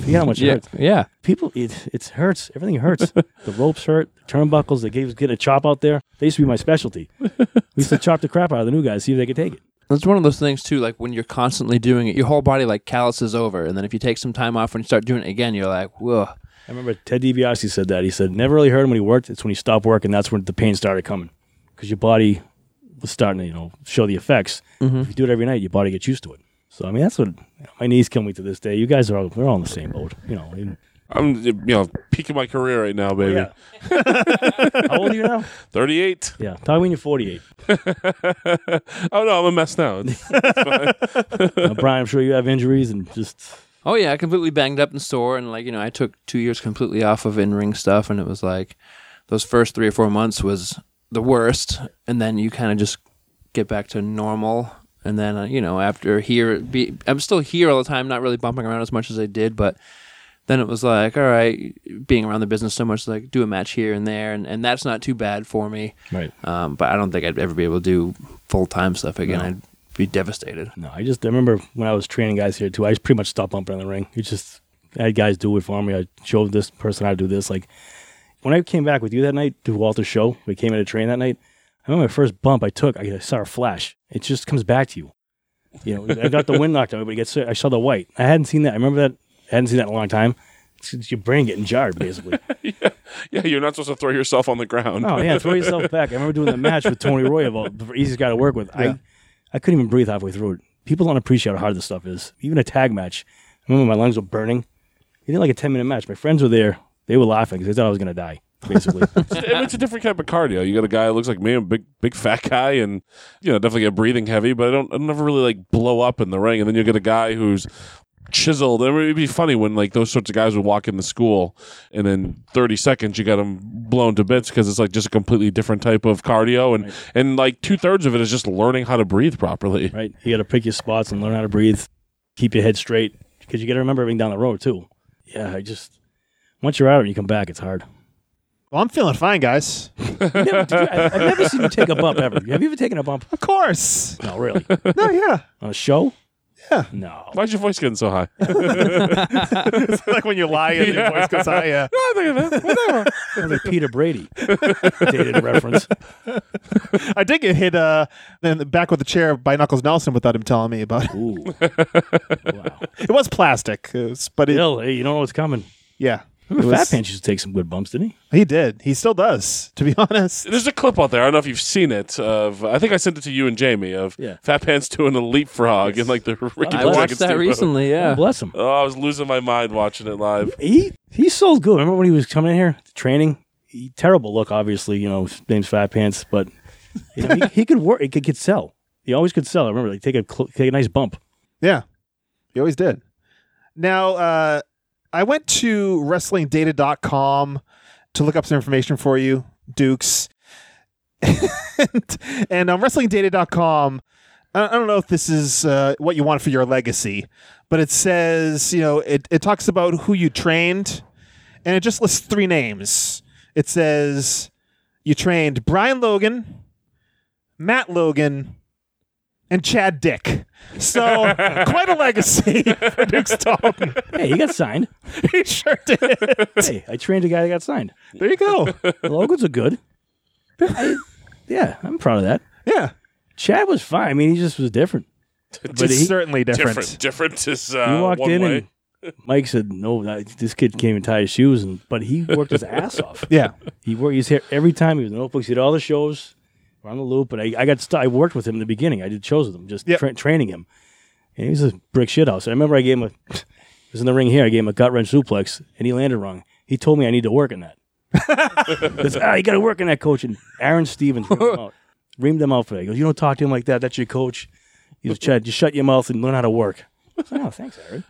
Speaker 6: You know how much it
Speaker 5: Yeah,
Speaker 6: hurts.
Speaker 5: yeah.
Speaker 6: People, it, it hurts. Everything hurts. the ropes hurt. Turnbuckles. They gave get a chop out there. They used to be my specialty. We used to chop the crap out of the new guys, see if they could take it.
Speaker 5: It's one of those things too. Like when you're constantly doing it, your whole body like calluses over, and then if you take some time off and you start doing it again, you're like, whoa.
Speaker 6: I remember Ted DiBiase said that. He said, never really hurt him when he worked. It's when he stopped working. That's when the pain started coming because your body was starting to, you know, show the effects. If you do it every night, your body gets used to it. So, I mean, that's what you know, my knees kill me to this day. You guys are all, we're all in the same boat, you know. and-
Speaker 2: I'm you know peak of my career right now, baby.
Speaker 6: yeah. How old are you now?
Speaker 2: Thirty-eight.
Speaker 6: Yeah. Tell me when you're 48.
Speaker 2: Oh no, I'm a mess now. It's-
Speaker 6: Now, Brian, I'm sure you have injuries and just,
Speaker 5: Oh yeah, I completely banged up and sore, and like you know, I took two years completely off of in ring stuff, and it was like those first three or four months was the worst, and then you kind of just get back to normal, and then uh, you know after here, be, I'm still here all the time, not really bumping around as much as I did, but then it was like all right, being around the business so much, like do a match here and there, and, and that's not too bad for me,
Speaker 6: right.
Speaker 5: um, but I don't think I'd ever be able to do full time stuff again. I'd be devastated.
Speaker 6: No, I just I remember when I was training guys here too. I just pretty much stopped bumping in the ring. It's just I had guys do it for me. I showed this person how to do this. Like when I came back with you that night to Walter's show, we came in to train that night. I remember my first bump I took. I saw a flash. It just comes back to you. You know, I got the wind knocked out, but it gets. I saw the white. I hadn't seen that. I remember that. I hadn't seen that in a long time. It's, it's your brain getting jarred basically.
Speaker 2: yeah, you're not supposed to throw yourself on the ground.
Speaker 6: Oh yeah, throw yourself back. I remember doing the match with Tony Roy, of all the easiest guy to work with. I, I couldn't even breathe halfway through it. People don't appreciate how hard this stuff is. Even a tag match. I remember my lungs were burning. It did like a ten minute match. My friends were there. They were laughing because they thought I was gonna die. Basically,
Speaker 2: I mean, it's a different type of cardio. You got a guy that looks like me, a big, big fat guy, and you know definitely get breathing heavy. But I don't, I never really like blow up in the ring. And then you get a guy who's chiseled. And it'd be funny when like those sorts of guys would walk into school, and then thirty seconds you got them blown to bits because it's like just a completely different type of cardio, and and like two thirds of it is just learning how to breathe properly.
Speaker 6: right? You got to pick your spots and learn how to breathe. Keep your head straight because you got to remember everything down the road too. Yeah, I just once you're out and you come back, it's hard.
Speaker 1: Well, I'm feeling fine, guys.
Speaker 6: Never- did you- I- I've never seen you take a bump ever. Have you ever taken a bump?
Speaker 1: Of course.
Speaker 6: No, really.
Speaker 1: no, yeah.
Speaker 6: On a show?
Speaker 1: Yeah.
Speaker 6: No.
Speaker 2: Why's your voice getting so high?
Speaker 1: like when you lie and your voice goes high. Yeah.
Speaker 6: Sounds like Peter Brady. Dated reference.
Speaker 1: I did get hit uh, in the back with a chair by Knuckles Nelson without him telling me about it.
Speaker 6: Ooh. Wow.
Speaker 1: It was plastic, it was- but it,
Speaker 6: Bill, hey, you don't know what's coming.
Speaker 1: yeah.
Speaker 6: Remember
Speaker 1: was-
Speaker 6: Fat Pants used to take some good bumps, didn't he?
Speaker 1: He did. He still does, to be honest.
Speaker 2: There's a clip out there. I don't know if you've seen it. Of I think I sent it to you and Jamie of
Speaker 6: Yeah.
Speaker 2: Fat Pants doing a leapfrog and like the Ricky
Speaker 5: I
Speaker 2: Black
Speaker 5: watched
Speaker 2: and
Speaker 5: that
Speaker 2: Steamboat.
Speaker 5: recently. Yeah,
Speaker 6: Bless him.
Speaker 2: Oh, I was losing my mind watching it live.
Speaker 6: He he sold good. Remember when he was coming in here training? He, terrible look, obviously. You know, his name's Fat Pants, but you know, he, he could work. He could, could sell. He always could sell. I remember, like take a cl- take a nice bump.
Speaker 1: Yeah. He always did. Now, uh, I went to wrestlingdata.com to look up some information for you, Dukes. and, and on wrestlingdata.com, I I don't know if this is uh, what you want for your legacy, but it says, you know, it, it talks about who you trained, and it just lists three names. It says you trained Brian Logan, Matt Logan, and Chad Dick. So quite a legacy for Duke Stone.
Speaker 6: Hey, he got signed.
Speaker 1: he sure did.
Speaker 6: hey, I trained a guy that got signed.
Speaker 1: There you go.
Speaker 6: The Logans are good. I- yeah, I'm proud of that.
Speaker 1: Yeah.
Speaker 6: Chad was fine. I mean, he just was different. But
Speaker 1: it's
Speaker 6: he,
Speaker 1: certainly different.
Speaker 2: Different, different is uh,
Speaker 6: he walked
Speaker 2: one
Speaker 6: in
Speaker 2: way.
Speaker 6: and Mike said, "No, that- this kid came and tied his shoes," and but he worked his ass off.
Speaker 1: Yeah.
Speaker 6: He worked. He's here every time. He was in the notebooks. He did all the shows around the loop. But I, I got st- I worked with him in the beginning. I did shows with him, just
Speaker 1: Yep.
Speaker 6: tra- training him. And he was a brick shit house. I remember I gave him a. He was in the ring here. I gave him a gut wrench suplex, and he landed wrong. He told me I need to work in that. That's, ah, you got to work in that coach. And Aaron Stevens reamed him out. Reamed him out for that. He goes, you don't talk to him like that. That's your coach. He goes, Chad, just shut your mouth and learn how to work. I said, oh, thanks, Aaron.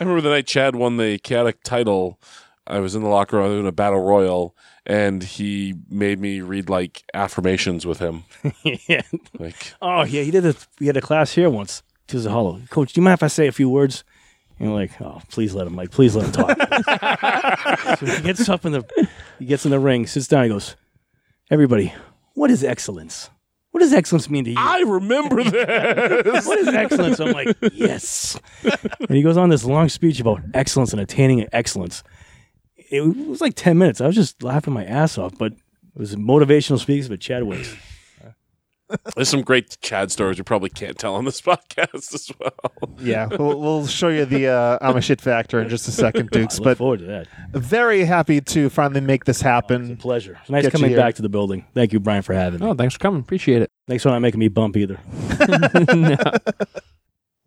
Speaker 2: I remember the night Chad won the chaotic title. I was in the locker room in a battle royal, and he made me read like affirmations with him.
Speaker 6: yeah.
Speaker 2: Like,
Speaker 6: Oh yeah, he did. A, he had a class here once. He was a hollow coach. Do you mind if I say a few words? And you're like, oh, please let him. Like, please let him talk. so he gets up in the, he gets in the ring, sits down, he goes, everybody, what is excellence? What does excellence mean to you?
Speaker 2: I remember this.
Speaker 6: what is excellence? I'm like, yes. and he goes on this long speech about excellence and attaining excellence. It was like 10 minutes. I was just laughing my ass off, but it was motivational speaks, but Chad Wicks.
Speaker 2: There's some great Chad stories you probably can't tell on this podcast as well.
Speaker 1: Yeah. We'll, we'll show you the uh, I'm a shit factor in just a second,
Speaker 6: I
Speaker 1: Dukes.
Speaker 6: look
Speaker 1: But
Speaker 6: forward to that.
Speaker 1: very happy to finally make this
Speaker 6: It's a
Speaker 1: happen.
Speaker 6: pleasure. It's nice
Speaker 1: Get you
Speaker 6: coming
Speaker 1: here.
Speaker 6: back to the building. Thank you, Brian, for having me.
Speaker 5: Oh, thanks for coming. Appreciate it.
Speaker 6: Thanks for not making me bump either.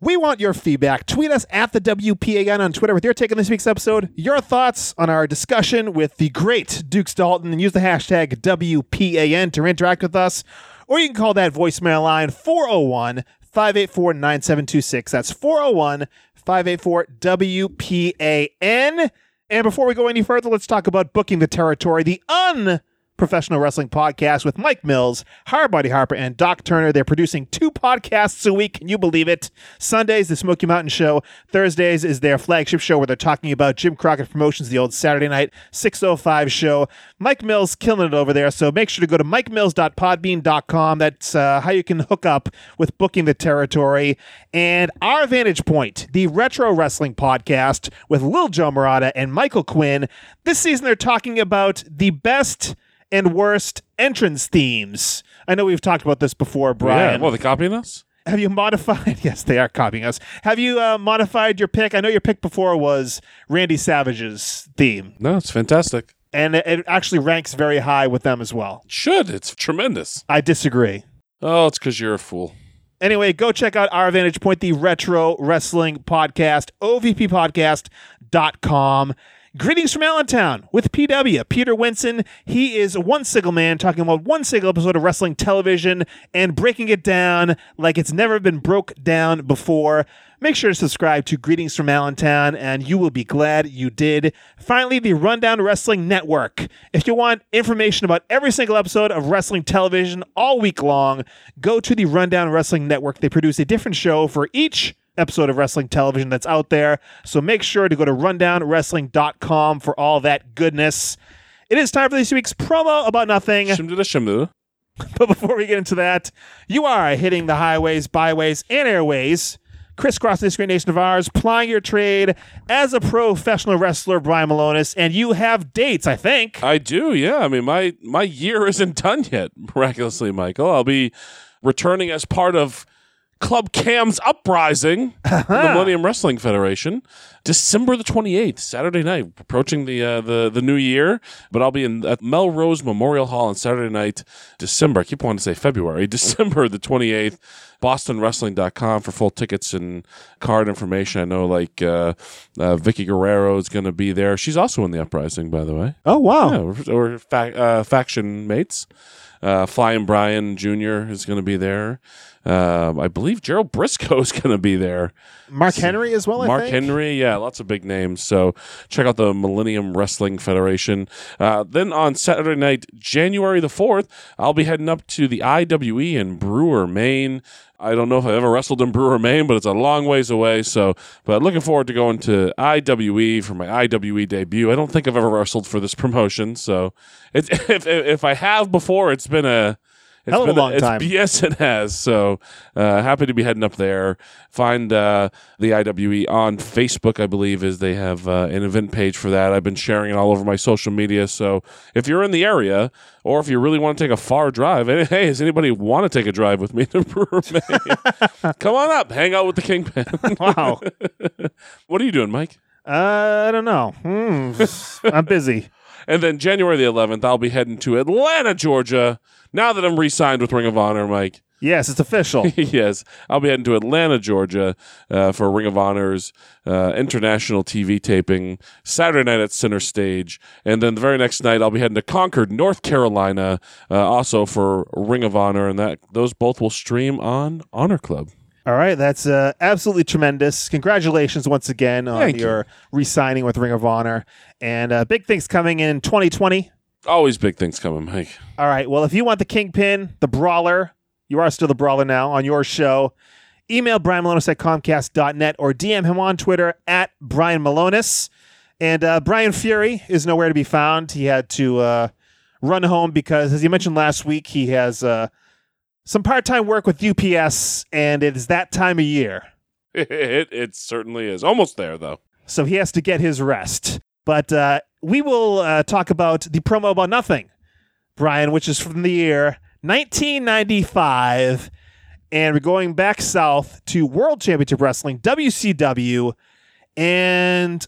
Speaker 1: We want your feedback. Tweet us at the WPAN on Twitter with your take on this week's episode, your thoughts on our discussion with the great Dukes Dalton, and use the hashtag WPAN to interact with us. Or you can call that voicemail line 401 584 9726. That's 401 584 WPAN. And before we go any further, let's talk about Booking the Territory, the unprofessional wrestling podcast with Mike Mills, Hard Body Harper, and Doc Turner. They're producing two podcasts a week. Can you believe it? Sundays, the Smoky Mountain Show. Thursdays is their flagship show where they're talking about Jim Crockett Promotions, the old Saturday night 605 show. Mike Mills killing it over there. So make sure to go to mikemills.podbean.com. That's uh, how you can hook up with Booking the Territory. And our Vantage Point, the retro wrestling podcast with Lil Joe Morata and Michael Quinn. This season, they're talking about the best and worst entrance themes. I know we've talked about this before, Brian.
Speaker 2: well, they copying us.
Speaker 1: Have you modified? Yes, they are copying us. Have you uh, modified your pick? I know your pick before was Randy Savage's theme,
Speaker 2: No, it's fantastic.
Speaker 1: and it, it actually ranks very high with them as well.
Speaker 2: Should it's tremendous.
Speaker 1: I disagree.
Speaker 2: Oh, it's because you're a fool.
Speaker 1: Anyway, go check out our Vantage Point, the Retro Wrestling Podcast, OVPpodcast.com. Greetings from Allentown with PW, Peter Winson. He is one single man talking about one single episode of wrestling television and breaking it down like it's never been broke down before. Make sure to subscribe to Greetings from Allentown and you will be glad you did. Finally, the Rundown Wrestling Network. If you want information about every single episode of wrestling television all week long, go to the Rundown Wrestling Network. They produce a different show for each episode of wrestling television that's out there. So make sure to go to rundownwrestling.com for all that goodness. It is time for this week's promo about nothing.
Speaker 2: Shimduda shimduda.
Speaker 1: But before we get into that, you are hitting the highways, byways, and airways. Crisscross this great nation of ours, plying your trade as a professional wrestler, Brian Malonis, and you have dates, I think.
Speaker 2: I do, yeah. I mean, my my year isn't done yet, miraculously, Michael. I'll be returning as part of Club Cam's Uprising, in the Millennium Wrestling Federation, December the 28th, Saturday night, approaching the uh, the the new year. But I'll be in at Melrose Memorial Hall on Saturday night, December. I keep wanting to say February, December the 28th. BostonWrestling.com for full tickets and card information. I know like uh, uh, Vicky Guerrero is going to be there. She's also in the uprising, by the way.
Speaker 1: Oh wow.
Speaker 2: Yeah, we're, we're fac uh, faction mates. Uh, Flying Brian Jr. is going to be there. Um, I believe Gerald Briscoe is going to be there.
Speaker 1: Mark Henry as well. I
Speaker 2: Mark
Speaker 1: think?
Speaker 2: Henry, yeah, lots of big names. So check out the Millennium Wrestling Federation. Uh, then on Saturday night, January the 4th, I'll be heading up to the IWE in Brewer, Maine. I don't know if I ever wrestled in Brewer, Maine, but it's a long ways away. So, but looking forward to going to IWE for my IWE debut. I don't think I've ever wrestled for this promotion. So, it's, if, if if I have before, it's been a it's
Speaker 1: Hell of a
Speaker 2: been
Speaker 1: long
Speaker 2: it's
Speaker 1: time.
Speaker 2: Yes, it has. So uh, happy to be heading up there. Find uh, the IWE on Facebook, I believe, is they have uh, an event page for that. I've been sharing it all over my social media. So if you're in the area, or if you really want to take a far drive, and hey, does anybody want to take a drive with me to Brewer, Maine? Come on up, hang out with the Kingpin.
Speaker 1: Wow.
Speaker 2: what are you doing, Mike?
Speaker 1: Uh, I don't know. Hmm. I'm busy.
Speaker 2: And then January the 11th, I'll be heading to Atlanta, Georgia. Now that I'm re-signed with Ring of Honor, Mike.
Speaker 1: Yes, it's official.
Speaker 2: yes, I'll be heading to Atlanta, Georgia, uh, for Ring of Honor's uh, international TV taping Saturday night at Center Stage, and then the very next night I'll be heading to Concord, North Carolina, uh, also for Ring of Honor, and that those both will stream on Honor Club.
Speaker 1: All right, that's uh, absolutely tremendous. Congratulations once again on
Speaker 2: Thank you.
Speaker 1: your re-signing with Ring of Honor, and uh, big things coming in 2020.
Speaker 2: Always big things coming, Mike.
Speaker 1: All right. Well, if you want the kingpin, the brawler, you are still the brawler now on your show. Email Brian Malonis at comcast.net or DM him on Twitter at Brian Malonis. And uh, Brian Fury is nowhere to be found. He had to uh, run home because, as you mentioned last week, he has uh, some part time work with UPS, and it is that time of year.
Speaker 2: it, it certainly is almost there though.
Speaker 1: So he has to get his rest. But uh, we will uh, talk about the promo about nothing, Brian, which is from the year 1995. And we're going back south to World Championship Wrestling, WCW. And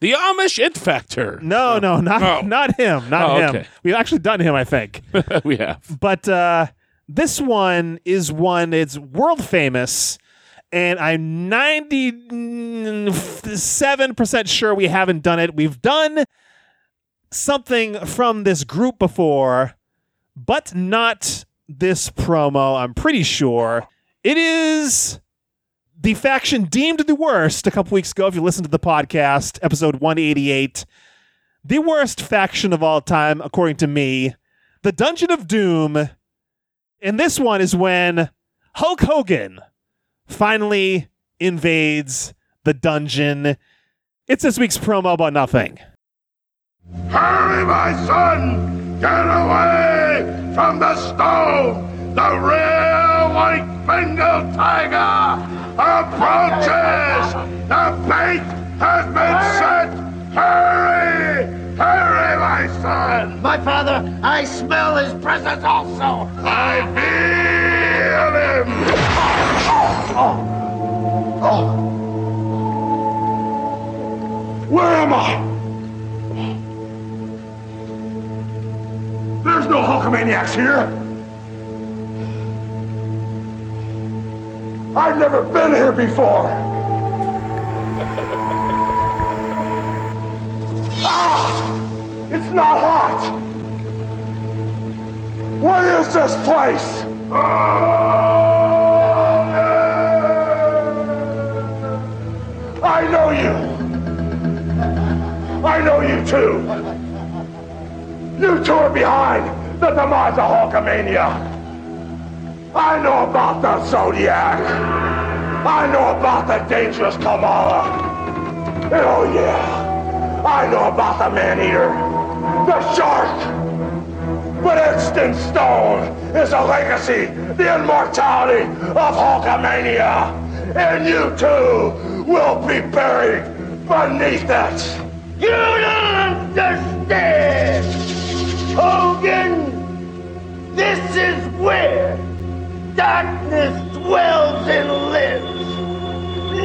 Speaker 2: The Amish It Factor.
Speaker 1: no, no, not,
Speaker 2: Oh.
Speaker 1: not him. Not
Speaker 2: Oh,
Speaker 1: him.
Speaker 2: okay.
Speaker 1: We've actually done him, I think.
Speaker 2: we have.
Speaker 1: but uh, this one is one it's world famous and i'm 97% sure we haven't done it we've done something from this group before but not this promo i'm pretty sure it is the faction deemed the worst a couple weeks ago if you listened to the podcast episode 188 the worst faction of all time according to me the Dungeon of Doom. And this one is when Hulk Hogan finally invades the dungeon. It's this week's promo about nothing.
Speaker 7: Hurry, my son! Get away from the stone! The real white Bengal tiger approaches! The bait has been set! Hurry! Hurry, my son!
Speaker 3: My father, I smell his presence also.
Speaker 7: I feel him!
Speaker 3: Oh, oh.
Speaker 7: Where am I? There's no Hulkamaniacs here! I've never been here before! ah! It's not hot! What is this place? I know you. I know you too. You two are behind the demise of Hulkamania. I know about the Zodiac. I know about the dangerous Kamala. And oh yeah, I know about the man-eater, the shark, but Instant Stone is a legacy, the immortality of Hulkamania. And you too will be buried beneath it. You don't understand! Hogan, this is where darkness dwells and lives.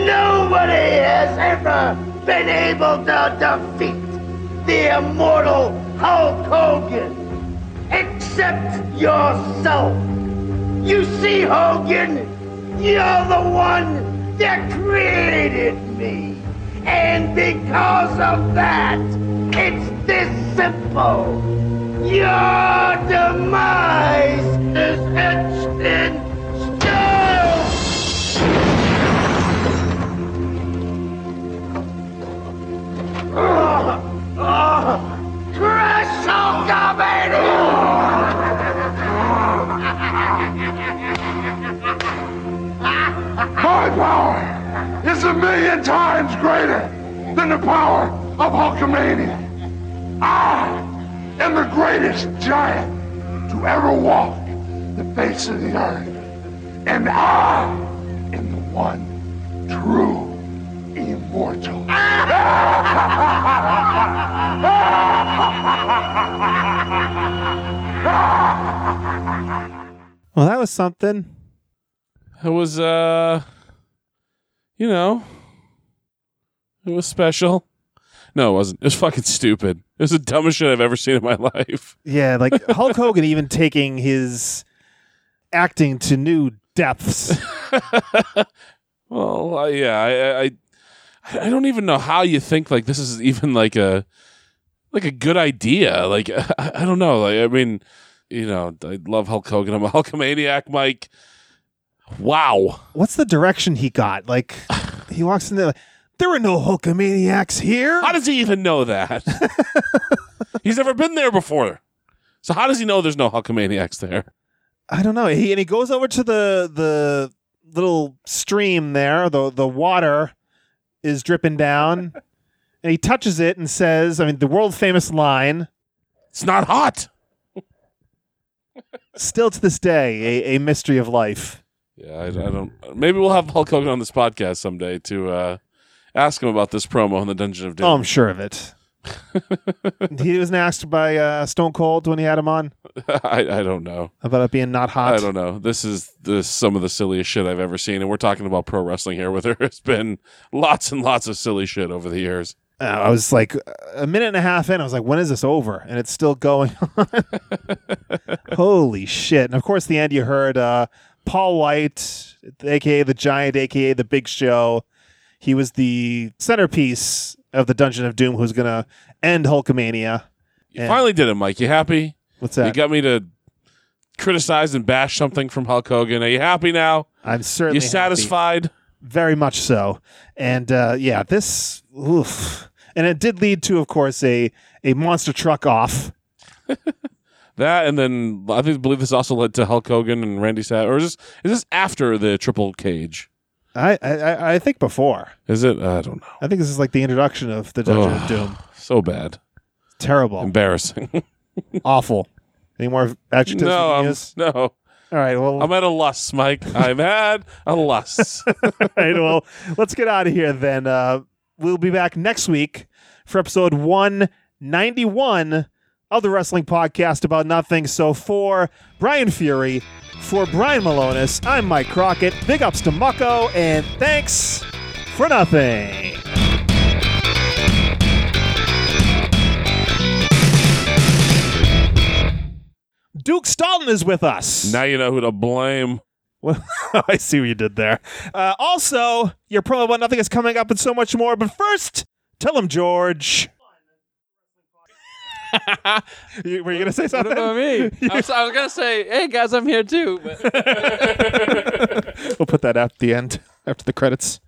Speaker 7: Nobody has ever been able to defeat the immortal Hulk Hogan except yourself. You see, Hogan, you're the one that created me. And because of that, it's this simple. Your demise is etched in stone. Ah, Crush Hulkamania! My power is a million times greater than the power of Hulkamania. I am the greatest giant to ever walk the face of the earth. And I am the one true immortal.
Speaker 1: Well, that was something.
Speaker 2: It was, uh, you know, it was special. No, it wasn't. It was fucking stupid. It was the dumbest shit I've ever seen in my life.
Speaker 1: Yeah, like Hulk Hogan even taking his acting to new depths.
Speaker 2: Well, I yeah, I, I, I, I don't even know how you think like this is even like a, like a good idea. Like I, I don't know. Like I mean, you know, I love Hulk Hogan. I'm a Hulkamaniac, Mike. Wow.
Speaker 1: What's the direction he got? Like he walks in there like there were no Hulkamaniacs here.
Speaker 2: How does he even know that? He's never been there before. So how does he know there's no Hulkamaniacs there?
Speaker 1: I don't know. He and he goes over to the the little stream there. The the water is dripping down. And he touches it and says, I mean, the world famous line,
Speaker 2: It's not hot.
Speaker 1: still to this day, a, a mystery of life.
Speaker 2: Yeah, I, I don't. Maybe we'll have Hulk Hogan on this podcast someday to uh, ask him about this promo in the Dungeon of Doom.
Speaker 1: Oh, I'm sure of it. he was asked by uh, Stone Cold when he had him on
Speaker 2: I, I don't know.
Speaker 1: about it being not hot.
Speaker 2: I don't know. This is the some of the silliest shit I've ever seen, and we're talking about pro wrestling here, where there has been lots and lots of silly shit over the years.
Speaker 1: Uh, I was like a minute and a half in. I was like, when is this over? And it's still going on. Holy shit. And of course, the end you heard uh, Paul White, aka the Giant, aka the Big Show. He was the centerpiece of the Dungeon of Doom who's going to end Hulkamania.
Speaker 2: You
Speaker 1: Yeah.
Speaker 2: finally did it, Mike. You happy?
Speaker 1: What's
Speaker 2: You
Speaker 1: that?
Speaker 2: got me to criticize and bash something from Hulk Hogan. Are you happy now?
Speaker 1: I'm certainly
Speaker 2: You
Speaker 1: happy.
Speaker 2: satisfied?
Speaker 1: Very much so. And uh, yeah, this. Oof. And it did lead to, of course, a, a monster truck off.
Speaker 2: That and then I think believe this also led to Hulk Hogan and Randy Savage. Or is this is this after the Triple Cage?
Speaker 1: I, I- I, I think before.
Speaker 2: Is it? I don't know.
Speaker 1: I think this is like the introduction of the Dungeon of
Speaker 2: Ugh.
Speaker 1: Doom.
Speaker 2: So bad,
Speaker 1: Terrible.
Speaker 2: embarrassing.
Speaker 1: Awful. Any more adjectives? we
Speaker 2: no,
Speaker 1: can
Speaker 2: I'm,
Speaker 1: use?
Speaker 2: no,
Speaker 1: All right. Well,
Speaker 2: I'm at a loss, Mike. I'm at a loss.
Speaker 1: all right, well, let's get out of here then. Uh, we'll be back next week for episode 191 of the Wrestling Podcast About Nothing. So for Brian Fury, for Brian Malonis, I'm Mike Crockett. Big ups to Mucko, and thanks for nothing. Duke Stalton is with us.
Speaker 2: now you know who to blame.
Speaker 1: Well, I see what you did there. Uh, also, your promo about nothing is coming up and so much more. But first, tell him, George. You- Were you going to say
Speaker 5: What about
Speaker 1: something?
Speaker 5: me? I was, I was gonna say, hey guys, I'm here too. But
Speaker 1: We'll put that at the end after the credits.